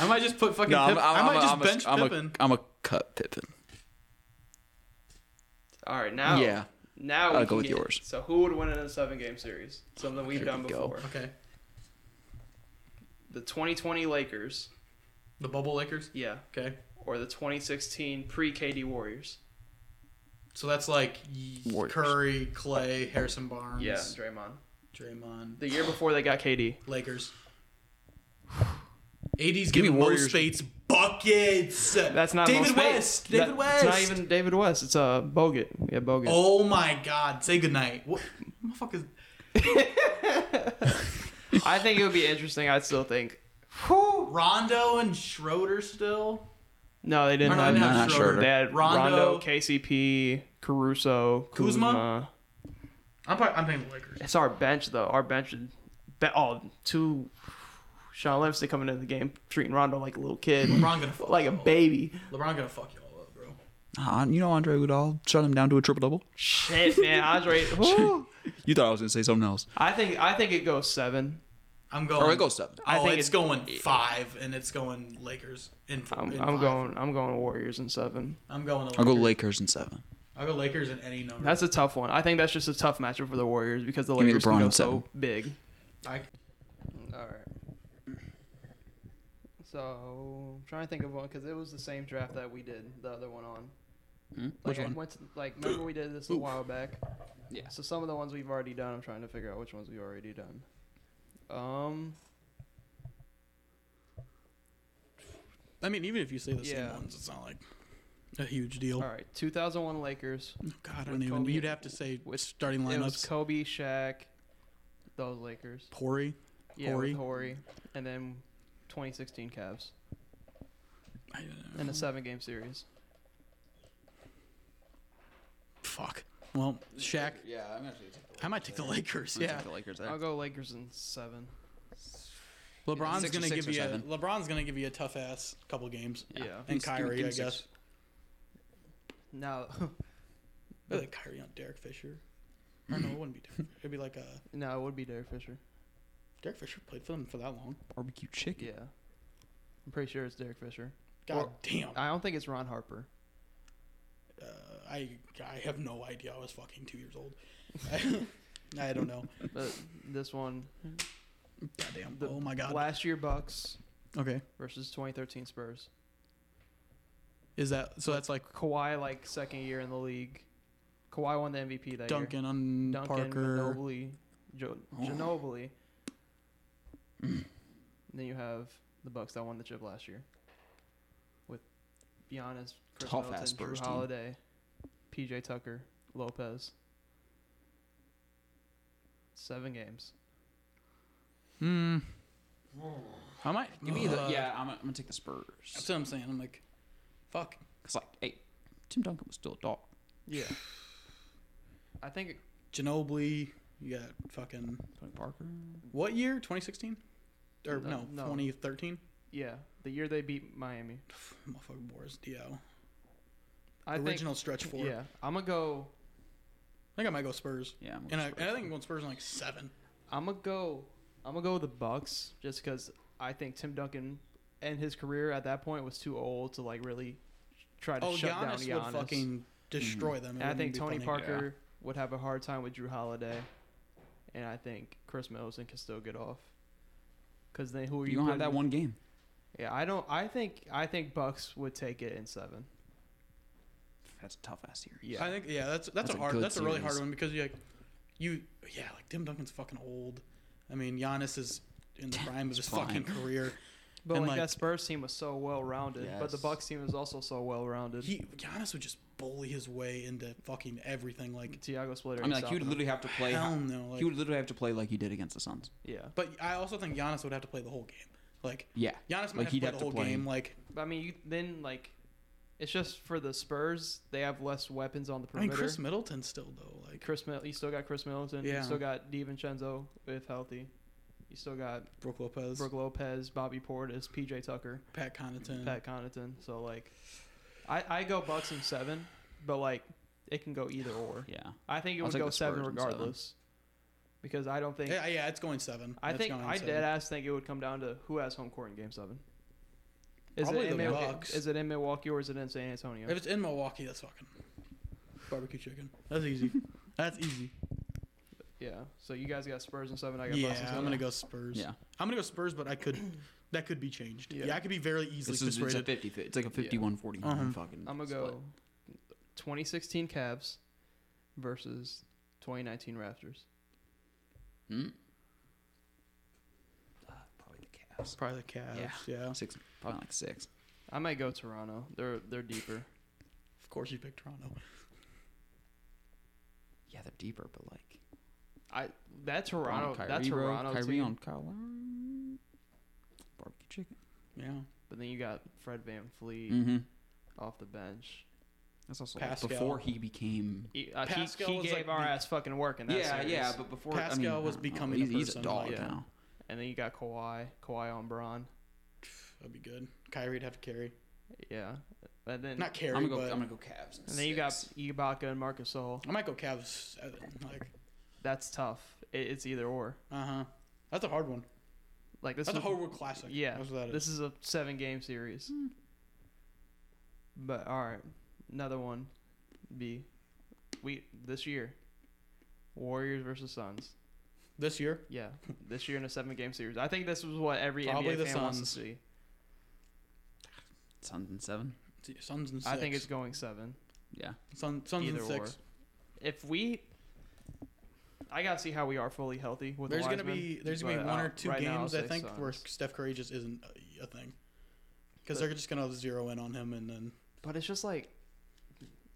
[SPEAKER 3] I might just put fucking.
[SPEAKER 2] No, I'm,
[SPEAKER 3] Pip- i
[SPEAKER 2] I'm,
[SPEAKER 3] might
[SPEAKER 2] I'm,
[SPEAKER 3] just
[SPEAKER 2] I'm,
[SPEAKER 3] bench
[SPEAKER 2] a, I'm, a,
[SPEAKER 3] Pippen.
[SPEAKER 2] I'm a cut Pippin.
[SPEAKER 1] All right, now
[SPEAKER 2] Yeah.
[SPEAKER 1] now we
[SPEAKER 2] I'll
[SPEAKER 1] can
[SPEAKER 2] go with
[SPEAKER 1] get-
[SPEAKER 2] yours.
[SPEAKER 1] So who would win in a seven-game series? Something we've
[SPEAKER 2] Here
[SPEAKER 1] done
[SPEAKER 2] we go.
[SPEAKER 1] before.
[SPEAKER 3] okay,
[SPEAKER 1] The 2020 Lakers,
[SPEAKER 3] the bubble Lakers.
[SPEAKER 1] yeah,
[SPEAKER 3] Okay,
[SPEAKER 1] or the 2016 pre-KD Warriors.
[SPEAKER 3] so that's like y-
[SPEAKER 2] Warriors.
[SPEAKER 3] Curry, Clay, Harrison Barnes,
[SPEAKER 1] Yeah, Draymond.
[SPEAKER 3] Draymond,
[SPEAKER 1] The year before they got KD.
[SPEAKER 3] Lakers. AD's
[SPEAKER 2] Give me
[SPEAKER 3] giving Will
[SPEAKER 2] Warriors.
[SPEAKER 3] Spates buckets.
[SPEAKER 1] That's not
[SPEAKER 3] David
[SPEAKER 1] most fake.
[SPEAKER 3] West. David
[SPEAKER 1] That-
[SPEAKER 3] West.
[SPEAKER 1] It's not even David West. It's uh Bogut. Yeah, Bogut.
[SPEAKER 3] Oh my God! Say goodnight. What motherfuckers?
[SPEAKER 1] I think it would be interesting. I still think.
[SPEAKER 3] Who? Rondo and Schroeder still.
[SPEAKER 1] No, they
[SPEAKER 3] Or
[SPEAKER 1] didn't.
[SPEAKER 3] no,
[SPEAKER 1] have
[SPEAKER 2] no,
[SPEAKER 3] not
[SPEAKER 2] not Schroeder.
[SPEAKER 1] They had
[SPEAKER 3] Rondo.
[SPEAKER 1] Rondo, KCP, Caruso,
[SPEAKER 3] Kuzma?
[SPEAKER 1] Kuzma.
[SPEAKER 3] I'm probably, I'm paying the Lakers.
[SPEAKER 1] It's our bench though. Our bench is be- oh two Sean Livingston coming into the game treating Rondo like a little kid.
[SPEAKER 3] LeBron gonna fuck
[SPEAKER 1] like a
[SPEAKER 3] y'all up.
[SPEAKER 1] baby.
[SPEAKER 3] LeBron gonna fuck y'all up, bro.
[SPEAKER 2] Uh, you know, Andre Iguodala shut him down to a triple double.
[SPEAKER 1] Shit, man. Andre woo.
[SPEAKER 2] You thought I was going to say something else.
[SPEAKER 1] I think I think it goes seven.
[SPEAKER 3] I'm going.
[SPEAKER 2] Or it goes seven.
[SPEAKER 1] I
[SPEAKER 3] oh,
[SPEAKER 1] think
[SPEAKER 3] it's
[SPEAKER 1] it-
[SPEAKER 3] going five, and it's going Lakers. In,
[SPEAKER 1] I'm,
[SPEAKER 3] in
[SPEAKER 1] I'm
[SPEAKER 3] five.
[SPEAKER 1] going I'm going Warriors in seven.
[SPEAKER 3] I'm going. Lakers.
[SPEAKER 2] I'll go Lakers in seven.
[SPEAKER 3] I'll go Lakers in any number.
[SPEAKER 1] That's a tough one. I think that's just a tough matchup for the Warriors because the
[SPEAKER 2] Give me
[SPEAKER 1] Lakers can
[SPEAKER 2] LeBron
[SPEAKER 1] go
[SPEAKER 2] in seven.
[SPEAKER 1] so big.
[SPEAKER 3] I,
[SPEAKER 1] All right. So I'm trying to think of one because it was the same draft that we did the other one on. Like
[SPEAKER 2] Hmm? Which
[SPEAKER 1] I
[SPEAKER 2] one?
[SPEAKER 1] went to, like remember we did this a while back.
[SPEAKER 2] Yeah.
[SPEAKER 1] So some of the ones we've already done, I'm trying to figure out which ones we've already done. Um.
[SPEAKER 3] I mean, even if you say the
[SPEAKER 1] Yeah.
[SPEAKER 3] same ones, it's not like a huge deal.
[SPEAKER 1] All right. 2001 Lakers.
[SPEAKER 3] God, I don't
[SPEAKER 1] With
[SPEAKER 3] even.
[SPEAKER 1] Kobe-
[SPEAKER 3] you'd have to say
[SPEAKER 1] with-
[SPEAKER 3] starting
[SPEAKER 1] It was
[SPEAKER 3] lineups.
[SPEAKER 1] Kobe, Shaq, those Lakers.
[SPEAKER 3] Pori.
[SPEAKER 1] Yeah,
[SPEAKER 3] Horry.
[SPEAKER 1] with Horry, and then 2016 Cavs
[SPEAKER 3] I don't know.
[SPEAKER 2] Mm-hmm.
[SPEAKER 1] in a seven-game series.
[SPEAKER 3] Fuck. Well, Shaq.
[SPEAKER 2] Yeah, I'm actually take the
[SPEAKER 3] I might take the Lakers. Yeah.
[SPEAKER 2] Lakers
[SPEAKER 1] I'll go Lakers in seven.
[SPEAKER 3] LeBron's
[SPEAKER 2] Six or
[SPEAKER 3] gonna
[SPEAKER 2] six
[SPEAKER 3] give
[SPEAKER 2] or
[SPEAKER 3] you. A,
[SPEAKER 2] seven.
[SPEAKER 3] Lebron's gonna give you a tough ass couple games.
[SPEAKER 1] Yeah.
[SPEAKER 3] And
[SPEAKER 2] Give me- give
[SPEAKER 3] Kyrie,
[SPEAKER 2] me
[SPEAKER 3] I
[SPEAKER 2] six.
[SPEAKER 3] guess.
[SPEAKER 1] Now,
[SPEAKER 3] I like Kyrie on Derek Fisher. Or no, it wouldn't be. Derek. It'd be like uh
[SPEAKER 1] no, it would be Derek Fisher.
[SPEAKER 3] Derek Fisher played for them for that long.
[SPEAKER 2] Barbecue chicken.
[SPEAKER 1] Yeah. I'm pretty sure it's Derek Fisher.
[SPEAKER 3] God
[SPEAKER 1] Well,
[SPEAKER 3] damn.
[SPEAKER 1] I don't think it's Ron Harper.
[SPEAKER 3] uh, I I have no idea. I was fucking two years old. I don't know.
[SPEAKER 1] But this one,
[SPEAKER 3] Goddamn.
[SPEAKER 1] The
[SPEAKER 3] oh my god.
[SPEAKER 1] last year Bucks
[SPEAKER 3] okay.
[SPEAKER 1] versus 2013 Spurs.
[SPEAKER 3] Is that so? That's like
[SPEAKER 1] Kawhi like second year in the league. Kawhi won the MVP that year.
[SPEAKER 3] Duncan on
[SPEAKER 1] Duncan,
[SPEAKER 3] Parker.
[SPEAKER 1] Ginobili, jo-
[SPEAKER 2] Oh.
[SPEAKER 1] Ginobili. then you have the Bucks that won the chip last year with Giannis, Chris
[SPEAKER 2] Tough ass
[SPEAKER 1] Middleton, Drew
[SPEAKER 2] Spurs team.
[SPEAKER 1] Holiday, PJ Tucker, Lopez. Seven games.
[SPEAKER 3] Hmm. I might.
[SPEAKER 2] Give me the.
[SPEAKER 3] Uh,
[SPEAKER 2] Uh, Yeah, I'm, gonna- I'm gonna take the Spurs.
[SPEAKER 3] That's what I'm saying. I'm like,
[SPEAKER 2] Fuck. It's like, hey, Tim Duncan was still a dog.
[SPEAKER 1] Yeah. I think
[SPEAKER 3] Ginobili. You got fucking
[SPEAKER 2] Tony Parker.
[SPEAKER 3] what year? 2016 or no,
[SPEAKER 1] No.
[SPEAKER 3] 2013?
[SPEAKER 1] yeah, the year they beat Miami.
[SPEAKER 3] Motherfucking Boris Dio.
[SPEAKER 1] I
[SPEAKER 3] Original stretch four.
[SPEAKER 1] think yeah, I'm gonna go
[SPEAKER 3] I think I might go Spurs.
[SPEAKER 2] Yeah. I'm
[SPEAKER 3] And I,
[SPEAKER 2] with
[SPEAKER 3] and I
[SPEAKER 2] Spurs.
[SPEAKER 3] think I'm going Spurs in like seven.
[SPEAKER 1] I'm gonna go. I'm gonna go with the Bucks just because I think Tim Duncan and his career at that point was too old to like really try to
[SPEAKER 3] Oh,
[SPEAKER 1] shut down
[SPEAKER 3] Giannis,
[SPEAKER 1] Giannis.
[SPEAKER 3] would fucking destroy them.
[SPEAKER 1] and
[SPEAKER 3] It
[SPEAKER 1] I
[SPEAKER 3] wouldn't
[SPEAKER 1] think
[SPEAKER 3] be
[SPEAKER 1] Tony
[SPEAKER 3] funny.
[SPEAKER 1] Parker would have a hard time with Drew Holiday, and I think Chris Middleton can still get off. Because then who are you?
[SPEAKER 2] you don't have
[SPEAKER 1] putting-
[SPEAKER 2] that one game.
[SPEAKER 1] Yeah, I don't. I think I think Bucks would take it in seven.
[SPEAKER 2] That's a tough ass series.
[SPEAKER 1] Yeah.
[SPEAKER 3] I think yeah, that's that's,
[SPEAKER 2] That's
[SPEAKER 3] a
[SPEAKER 2] a
[SPEAKER 3] hard
[SPEAKER 2] good
[SPEAKER 3] that's a really hard
[SPEAKER 2] series.
[SPEAKER 3] one because you like you yeah like Tim Duncan's fucking old. I mean Giannis is in the prime of his fucking
[SPEAKER 2] fine.
[SPEAKER 3] career.
[SPEAKER 1] But
[SPEAKER 3] And,
[SPEAKER 1] like,
[SPEAKER 3] like-
[SPEAKER 1] that Spurs team was so well rounded, but the
[SPEAKER 2] Yes.
[SPEAKER 1] Bucks team is also so well rounded.
[SPEAKER 3] He Giannis would just bully his way into fucking everything. Like
[SPEAKER 1] Tiago Splitter.
[SPEAKER 2] I mean, like he would literally have to play.
[SPEAKER 3] hell no. Like,
[SPEAKER 2] he would literally have to play like he did against the Suns.
[SPEAKER 1] yeah.
[SPEAKER 3] but I also think Giannis would have to play the whole game. Like
[SPEAKER 2] Yeah.
[SPEAKER 3] Giannis
[SPEAKER 2] Like,
[SPEAKER 3] might have to
[SPEAKER 2] he'd
[SPEAKER 3] play
[SPEAKER 2] have
[SPEAKER 3] the
[SPEAKER 2] to
[SPEAKER 3] whole
[SPEAKER 2] play.
[SPEAKER 3] game. Like
[SPEAKER 1] But I mean, you then like, it's just for the Spurs. They have less weapons on the
[SPEAKER 3] I mean
[SPEAKER 1] perimeter.
[SPEAKER 3] Chris Middleton still though. Like
[SPEAKER 1] Chris, Mil- you still got Chris Middleton.
[SPEAKER 3] Yeah.
[SPEAKER 1] You still got Divincenzo if healthy. You still got
[SPEAKER 3] Brooke Lopez,
[SPEAKER 1] Brooke Lopez, Bobby Portis, PJ Tucker,
[SPEAKER 3] Pat Connaughton.
[SPEAKER 1] Pat Connaughton. So like, I I go Bucks in seven, but like it can go either or.
[SPEAKER 2] Yeah.
[SPEAKER 1] I think it
[SPEAKER 2] I'll
[SPEAKER 1] would
[SPEAKER 2] take
[SPEAKER 1] go
[SPEAKER 2] the
[SPEAKER 1] seven
[SPEAKER 2] Spurs in seven.
[SPEAKER 1] regardless, because I don't think
[SPEAKER 3] yeah, yeah, it's going seven.
[SPEAKER 1] I
[SPEAKER 3] It's
[SPEAKER 1] think
[SPEAKER 3] going
[SPEAKER 1] I
[SPEAKER 3] seven.
[SPEAKER 1] dead ass think it would come down to who has home court in Game Seven. Is
[SPEAKER 3] Probably
[SPEAKER 1] it in
[SPEAKER 3] the
[SPEAKER 1] Milwa-
[SPEAKER 3] Bucks.
[SPEAKER 1] Is it in Milwaukee or is it in San Antonio?
[SPEAKER 3] If it's in Milwaukee, that's fucking barbecue chicken. That's easy. That's easy.
[SPEAKER 1] yeah. So you guys got Spurs and seven. I got Bucks and
[SPEAKER 3] Yeah,
[SPEAKER 1] seven.
[SPEAKER 3] I'm gonna go Spurs.
[SPEAKER 2] Yeah.
[SPEAKER 3] I'm gonna go Spurs, but I could that could be changed.
[SPEAKER 1] Yeah.
[SPEAKER 3] Yeah, I could be very easily
[SPEAKER 2] This is it's a
[SPEAKER 3] persuaded.
[SPEAKER 2] 50. It's like a 51 49
[SPEAKER 3] Uh-huh.
[SPEAKER 2] fucking.
[SPEAKER 1] I'm gonna
[SPEAKER 2] split.
[SPEAKER 1] go 2016 Cavs versus 2019 Raptors.
[SPEAKER 2] Hmm? Uh, probably the Cavs.
[SPEAKER 3] Probably the Cavs. Yeah.
[SPEAKER 2] Yeah. Six, probably like six.
[SPEAKER 1] I might go Toronto. They're they're deeper.
[SPEAKER 3] Of course you picked Toronto.
[SPEAKER 2] Yeah, they're deeper, but like
[SPEAKER 1] I that
[SPEAKER 2] Brown
[SPEAKER 1] Toronto
[SPEAKER 2] on
[SPEAKER 1] that
[SPEAKER 2] bro.
[SPEAKER 1] Toronto
[SPEAKER 2] Kyrie
[SPEAKER 1] team.
[SPEAKER 2] on Kyle Lowry. Barbecue chicken.
[SPEAKER 3] Yeah.
[SPEAKER 1] But then you got Fred Van Fleet
[SPEAKER 3] Mm.
[SPEAKER 2] Mm-hmm.
[SPEAKER 1] off the bench.
[SPEAKER 2] That's also like,
[SPEAKER 3] Pascal.
[SPEAKER 2] before he became.
[SPEAKER 1] He, uh, he-
[SPEAKER 3] Pascal
[SPEAKER 1] he,
[SPEAKER 3] was,
[SPEAKER 1] gave
[SPEAKER 3] like,
[SPEAKER 1] our
[SPEAKER 3] the-
[SPEAKER 1] ass fucking work in that series.
[SPEAKER 2] but before
[SPEAKER 3] Pascal
[SPEAKER 2] I don't
[SPEAKER 3] was
[SPEAKER 2] know.
[SPEAKER 3] becoming
[SPEAKER 2] He's,
[SPEAKER 3] a
[SPEAKER 2] he's a
[SPEAKER 3] person,
[SPEAKER 2] dog
[SPEAKER 1] like- Yeah.
[SPEAKER 2] now.
[SPEAKER 1] And then you got Kawhi, Kawhi on Braun.
[SPEAKER 3] That'd be good. Kyrie'd have to carry.
[SPEAKER 1] Yeah. And then
[SPEAKER 3] Not carry,
[SPEAKER 2] I'm gonna go.
[SPEAKER 3] but
[SPEAKER 2] I'm gonna go Cavs. in
[SPEAKER 1] and then you got
[SPEAKER 2] six.
[SPEAKER 1] Ibaka and Marcus All.
[SPEAKER 3] I might go Cavs. seven, Like,
[SPEAKER 1] That's tough. It, it's either or.
[SPEAKER 3] uh huh. That's a hard one.
[SPEAKER 1] Like this
[SPEAKER 3] That's a
[SPEAKER 1] is
[SPEAKER 3] hard World Classic.
[SPEAKER 1] Yeah,
[SPEAKER 3] That's what that is.
[SPEAKER 1] This is a seven game series. But all right, another one. B, we this year, Warriors versus Suns.
[SPEAKER 3] This year,
[SPEAKER 1] Yeah, this year in a seven game series. I think this was what every
[SPEAKER 3] Probably
[SPEAKER 1] NBA
[SPEAKER 3] the
[SPEAKER 1] fan wants to
[SPEAKER 3] Suns.
[SPEAKER 1] see.
[SPEAKER 2] Suns and seven.
[SPEAKER 3] it's Suns and six.
[SPEAKER 1] I think it's going seven.
[SPEAKER 2] Yeah,
[SPEAKER 3] Sun, Suns
[SPEAKER 1] either
[SPEAKER 3] and six.
[SPEAKER 1] If we, I gotta see how we are fully healthy with.
[SPEAKER 3] There's gonna
[SPEAKER 1] Wiseman,
[SPEAKER 3] be there's gonna be
[SPEAKER 1] but,
[SPEAKER 3] one
[SPEAKER 1] uh,
[SPEAKER 3] or two
[SPEAKER 1] right now, I'll
[SPEAKER 3] games I
[SPEAKER 1] say
[SPEAKER 3] think
[SPEAKER 1] Suns.
[SPEAKER 3] where Steph Curry just isn't a, a thing because
[SPEAKER 1] But-
[SPEAKER 3] they're just gonna zero in on him and then
[SPEAKER 1] But it's just like,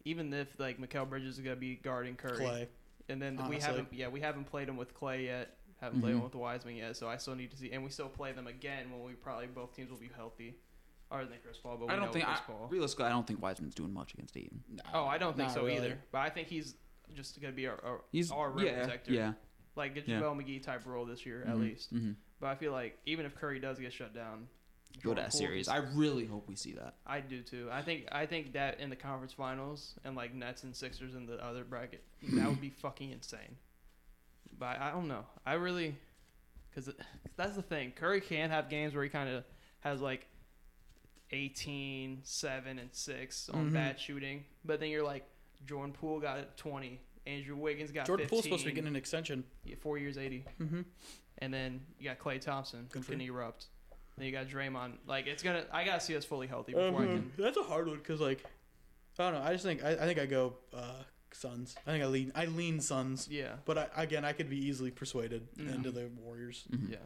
[SPEAKER 1] even if like Mikael Bridges is gonna be guarding Curry,
[SPEAKER 3] Clay.
[SPEAKER 1] And then we
[SPEAKER 3] Honestly.
[SPEAKER 1] haven't, yeah, we haven't played them with Clay yet. Haven't played
[SPEAKER 2] Mhm.
[SPEAKER 1] them with Wiseman yet. So I still need to see, and we still play them again when we probably both teams will be healthy, other than Chris Paul. But we
[SPEAKER 2] I don't
[SPEAKER 1] know
[SPEAKER 2] think.
[SPEAKER 1] Chris
[SPEAKER 2] I,
[SPEAKER 1] Paul.
[SPEAKER 2] realistically, I don't think Wiseman's doing much against Aiden.
[SPEAKER 1] oh, I don't think
[SPEAKER 3] Not
[SPEAKER 1] so
[SPEAKER 3] really.
[SPEAKER 1] either. But I think he's just gonna be our our,
[SPEAKER 2] He's
[SPEAKER 1] our rim
[SPEAKER 2] yeah,
[SPEAKER 1] protector.
[SPEAKER 2] yeah.
[SPEAKER 1] Like get
[SPEAKER 2] Yeah.
[SPEAKER 1] JaVale McGee type role this year at
[SPEAKER 2] Mhm,
[SPEAKER 1] least.
[SPEAKER 2] mhm.
[SPEAKER 1] But I feel like even if Curry does get shut down,
[SPEAKER 2] Good
[SPEAKER 1] Jordan
[SPEAKER 2] ass
[SPEAKER 1] Poole
[SPEAKER 2] series.
[SPEAKER 1] can-
[SPEAKER 2] I really hope we see that.
[SPEAKER 1] I do too. I think I think that in the conference finals and like Nets and Sixers in the other bracket, that would be fucking insane. But I don't know. I really, because that's the thing. Curry can have games where he kind of has like 18, 7, and 6 on
[SPEAKER 3] Mhm.
[SPEAKER 1] bad shooting. But then you're like, Jordan Poole got 20. Andrew Wiggins got
[SPEAKER 3] Jordan
[SPEAKER 1] 15,
[SPEAKER 3] Poole's supposed to be getting an extension.
[SPEAKER 1] yeah, four years, 80.
[SPEAKER 3] Mm-hmm.
[SPEAKER 1] And then you got Clay Thompson who
[SPEAKER 3] Good for
[SPEAKER 1] can erupt. Then you got Draymond. Like, it's going to, I got to see us fully healthy before I can.
[SPEAKER 3] Mhm. That's a hard one because like I don't know. I just think I, I think I go uh, Suns. I think I lean I lean Suns,
[SPEAKER 1] Yeah.
[SPEAKER 3] but I, again I could be easily persuaded
[SPEAKER 1] Yeah.
[SPEAKER 3] into the Warriors.
[SPEAKER 2] Mhm.
[SPEAKER 1] Yeah.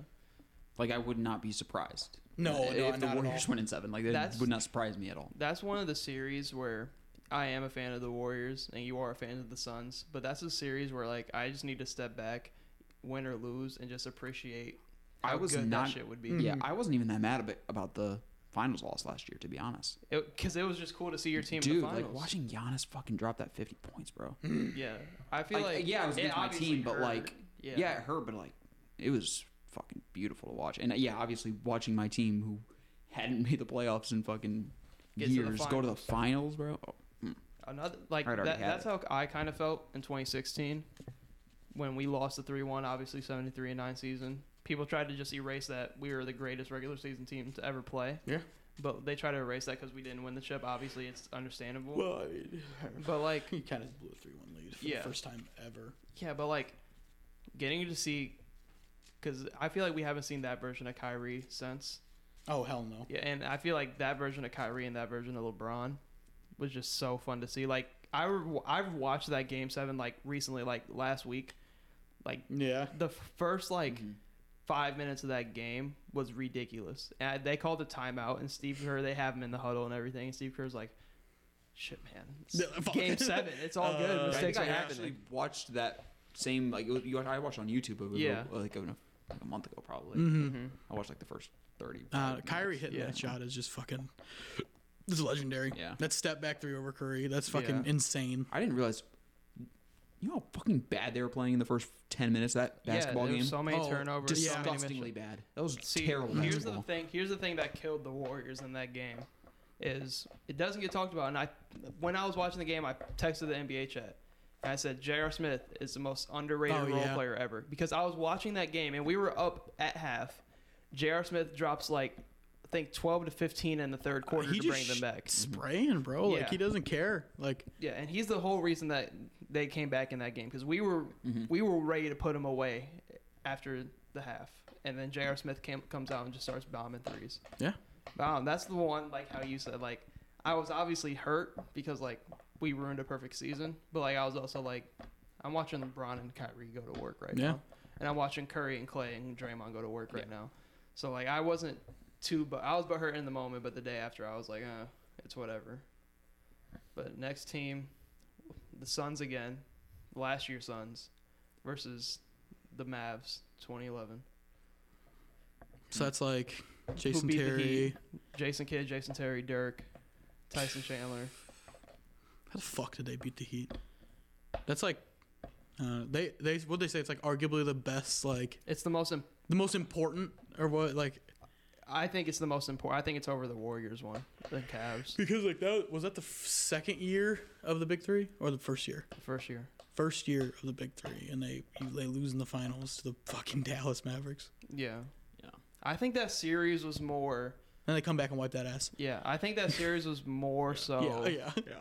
[SPEAKER 2] Like I would not be surprised.
[SPEAKER 3] No,
[SPEAKER 2] if
[SPEAKER 3] no,
[SPEAKER 2] the
[SPEAKER 3] not at
[SPEAKER 2] Warriors
[SPEAKER 3] all.
[SPEAKER 2] went in seven, like that
[SPEAKER 1] That's-
[SPEAKER 2] would not surprise me at all.
[SPEAKER 1] That's one of the series where I am a fan of the Warriors and you are a fan of the Suns, but that's a series where like I just need to step back, win or lose, and just appreciate how
[SPEAKER 2] I was
[SPEAKER 1] good
[SPEAKER 2] not.
[SPEAKER 1] that shit would be.
[SPEAKER 3] Mm.
[SPEAKER 2] Mm-hmm. Yeah, I wasn't even that mad about, about the finals loss last year, to be honest.
[SPEAKER 1] Because it, was just cool to see your team in
[SPEAKER 2] Dude,
[SPEAKER 1] the finals.
[SPEAKER 2] like watching Giannis fucking drop that 50 points, bro.
[SPEAKER 1] Yeah, I feel like,
[SPEAKER 2] Like, yeah, I was
[SPEAKER 1] it
[SPEAKER 2] against my
[SPEAKER 1] obviously
[SPEAKER 2] team, but
[SPEAKER 1] hurt.
[SPEAKER 2] like, yeah. it hurt, but like, it was fucking beautiful to watch. And uh, yeah, obviously, watching my team who hadn't made the playoffs in fucking
[SPEAKER 1] Get to the
[SPEAKER 2] years go to the finals, bro. Oh, mm.
[SPEAKER 1] Another like that,
[SPEAKER 2] I'd already had
[SPEAKER 1] that's how I kind of felt in 2016 when we lost the 3-1, obviously 73 and 9 season. People tried to just erase that we were the greatest regular season team to ever play,
[SPEAKER 3] Yeah.
[SPEAKER 1] but they try to erase that because we didn't win the chip. Obviously, it's understandable.
[SPEAKER 3] Well, I mean,
[SPEAKER 1] but like,
[SPEAKER 3] he kind of blew a three-one lead for
[SPEAKER 1] Yeah.
[SPEAKER 3] the first time ever.
[SPEAKER 1] yeah, but like, getting to see, because I feel like we haven't seen that version of Kyrie since.
[SPEAKER 3] Oh hell no.
[SPEAKER 1] Yeah, and I feel like that version of Kyrie and that version of LeBron was just so fun to see. Like I re- I've watched that game 7 like recently like last week. Like
[SPEAKER 3] Yeah.
[SPEAKER 1] the first like 5 minutes of that game was ridiculous. And I- they called a timeout and Steve Kerr they have him in the huddle and everything and Steve Kerr's like shit man. it's
[SPEAKER 3] Yeah, fuck.
[SPEAKER 1] game 7. It's all good.
[SPEAKER 3] Uh,
[SPEAKER 2] I
[SPEAKER 1] Mistakes
[SPEAKER 2] think
[SPEAKER 1] are
[SPEAKER 2] I
[SPEAKER 1] happening.
[SPEAKER 2] actually watched that same like it was, you, I watched on YouTube. It Mm-hmm. was
[SPEAKER 1] Yeah. Mm-hmm.
[SPEAKER 2] uh, like, a, like a month ago, probably. I watched like the first thirty.
[SPEAKER 3] Uh,
[SPEAKER 2] minutes.
[SPEAKER 3] Kyrie hitting
[SPEAKER 1] Yeah.
[SPEAKER 3] that shot is just fucking. It's legendary.
[SPEAKER 2] Yeah.
[SPEAKER 3] That step back three over Curry. That's fucking
[SPEAKER 1] Yeah.
[SPEAKER 3] insane.
[SPEAKER 2] I didn't realize. You know how fucking bad they were playing in the first ten minutes of that basketball
[SPEAKER 1] yeah, there
[SPEAKER 2] game.
[SPEAKER 1] was so many
[SPEAKER 3] Oh,
[SPEAKER 1] turnovers. so many
[SPEAKER 2] Disgustingly bad. That was
[SPEAKER 1] See,
[SPEAKER 2] terrible.
[SPEAKER 1] Here's the
[SPEAKER 2] basketball.
[SPEAKER 1] thing. Here's the thing that killed the Warriors in that game is it doesn't get talked about. And I, when I was watching the game, I texted the NBA chat. And I said J.R. Smith is the most underrated
[SPEAKER 3] Oh,
[SPEAKER 1] role
[SPEAKER 3] yeah.
[SPEAKER 1] player ever because I was watching that game and we were up at half. J.R. Smith drops like I think 12 to 15 in the third quarter
[SPEAKER 3] Uh, he
[SPEAKER 1] to bring
[SPEAKER 3] just
[SPEAKER 1] them back. Mm-hmm.
[SPEAKER 3] spraying, bro.
[SPEAKER 1] Yeah.
[SPEAKER 3] Like he doesn't care. Like
[SPEAKER 1] Yeah, and he's the whole reason that they came back in that game because we were
[SPEAKER 2] Mm-hmm.
[SPEAKER 1] we were ready to put him away after the half, and then J.R. Smith came, comes out and just starts bombing threes.
[SPEAKER 3] yeah.
[SPEAKER 1] Wow, that's the one like how you said like I was obviously hurt because like we ruined a perfect season, but like I was also like I'm watching LeBron and Kyrie go to work right
[SPEAKER 3] Yeah.
[SPEAKER 1] now, and I'm watching Curry and Clay and Draymond go to work right now. So like I wasn't too, but I was but hurt in the moment, but the day after I was like, uh, it's whatever. But next team, the Suns again, last year Suns versus the Mavs 2011.
[SPEAKER 3] So that's like
[SPEAKER 1] Mm-hmm.
[SPEAKER 3] Jason
[SPEAKER 1] beat the
[SPEAKER 3] Terry.
[SPEAKER 1] Heat? Jason Kidd, Jason Terry, Dirk, Tyson Chandler.
[SPEAKER 3] How the fuck did they beat the Heat? That's like. Uh, they they what they say it's like arguably the best like
[SPEAKER 1] It's the most. Imp-
[SPEAKER 3] the most important or what like
[SPEAKER 1] I think it's the most important. I think it's over the Warriors one, the Cavs,
[SPEAKER 3] because like that was that the f- second year of the big three or the first year
[SPEAKER 1] the first year.
[SPEAKER 3] first year of the big three and they they lose in the finals to the fucking Dallas Mavericks
[SPEAKER 1] Yeah.
[SPEAKER 2] Yeah.
[SPEAKER 1] I think that series was more.
[SPEAKER 3] and they come back and wipe that ass
[SPEAKER 1] Yeah, I think that series was more so
[SPEAKER 2] oh,
[SPEAKER 3] yeah yeah yeah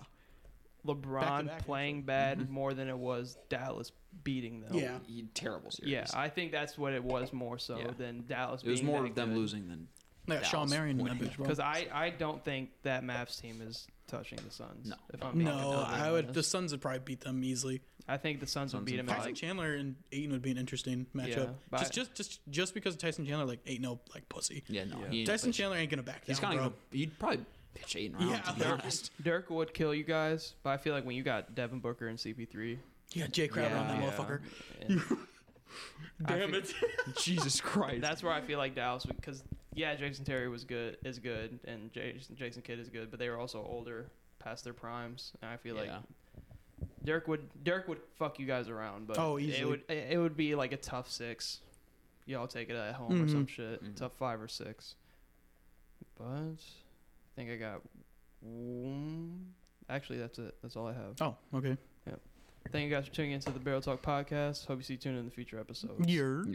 [SPEAKER 1] LeBron
[SPEAKER 3] Back-to-back,
[SPEAKER 1] playing bad
[SPEAKER 2] Mm-hmm.
[SPEAKER 1] more than it was Dallas beating them.
[SPEAKER 3] Yeah.
[SPEAKER 2] He- terrible series.
[SPEAKER 1] Yeah, I think that's what it was more so
[SPEAKER 2] Yeah.
[SPEAKER 1] than Dallas.
[SPEAKER 2] it was
[SPEAKER 1] being
[SPEAKER 2] more
[SPEAKER 1] that
[SPEAKER 2] of them
[SPEAKER 1] good.
[SPEAKER 2] losing than
[SPEAKER 3] They got Sean
[SPEAKER 2] Dallas
[SPEAKER 3] Marion in that
[SPEAKER 2] winning.
[SPEAKER 3] bitch, bro.
[SPEAKER 1] Because I, I don't think that Mavs team is touching the Suns.
[SPEAKER 2] No.
[SPEAKER 1] If I'm being
[SPEAKER 3] No,
[SPEAKER 1] completely
[SPEAKER 3] I would.
[SPEAKER 1] honest.
[SPEAKER 3] The Suns would probably beat them easily.
[SPEAKER 1] I think the Suns would
[SPEAKER 2] Suns
[SPEAKER 1] beat
[SPEAKER 2] and
[SPEAKER 1] them. in,
[SPEAKER 2] Fox.
[SPEAKER 3] Tyson
[SPEAKER 1] Like,
[SPEAKER 3] Chandler and Ayton would be an interesting matchup.
[SPEAKER 1] but
[SPEAKER 3] just,
[SPEAKER 1] I-
[SPEAKER 3] just, just, just because Tyson Chandler like ain't no like pussy.
[SPEAKER 2] Yeah, no.
[SPEAKER 1] Yeah.
[SPEAKER 2] He ain't
[SPEAKER 3] Tyson
[SPEAKER 2] pitch-
[SPEAKER 3] Chandler ain't gonna back down,
[SPEAKER 2] He's kind
[SPEAKER 3] bro.
[SPEAKER 2] of. You'd probably pitch eight rounds.
[SPEAKER 3] Yeah,
[SPEAKER 2] Yeah, to be
[SPEAKER 3] they're-
[SPEAKER 2] honest.
[SPEAKER 1] Dirk would kill you guys, but I feel like when you got Devin Booker and CP3,
[SPEAKER 3] yeah, Jay Crowder on that
[SPEAKER 2] Yeah.
[SPEAKER 3] motherfucker.
[SPEAKER 1] and I
[SPEAKER 3] Damn
[SPEAKER 1] think-
[SPEAKER 3] it.
[SPEAKER 2] Jesus Christ.
[SPEAKER 1] That's where I feel like Dallas because yeah, Jason Terry was good is good and Jason Jason Kidd is good, but they were also older, past their primes, and I feel
[SPEAKER 2] Yeah.
[SPEAKER 1] like Dirk would Dirk would fuck you guys around, but
[SPEAKER 3] Oh, easily.
[SPEAKER 1] it would it it would be like a tough six. Y'all take it at home or
[SPEAKER 3] Mm-hmm.
[SPEAKER 1] some shit, tough five or six. But I think I got one. Actually, that's it. That's all I have.
[SPEAKER 3] Oh, okay.
[SPEAKER 1] Thank you guys for tuning into the Barrel Talk podcast. Hope you see you tuned in the future episodes.
[SPEAKER 3] You're.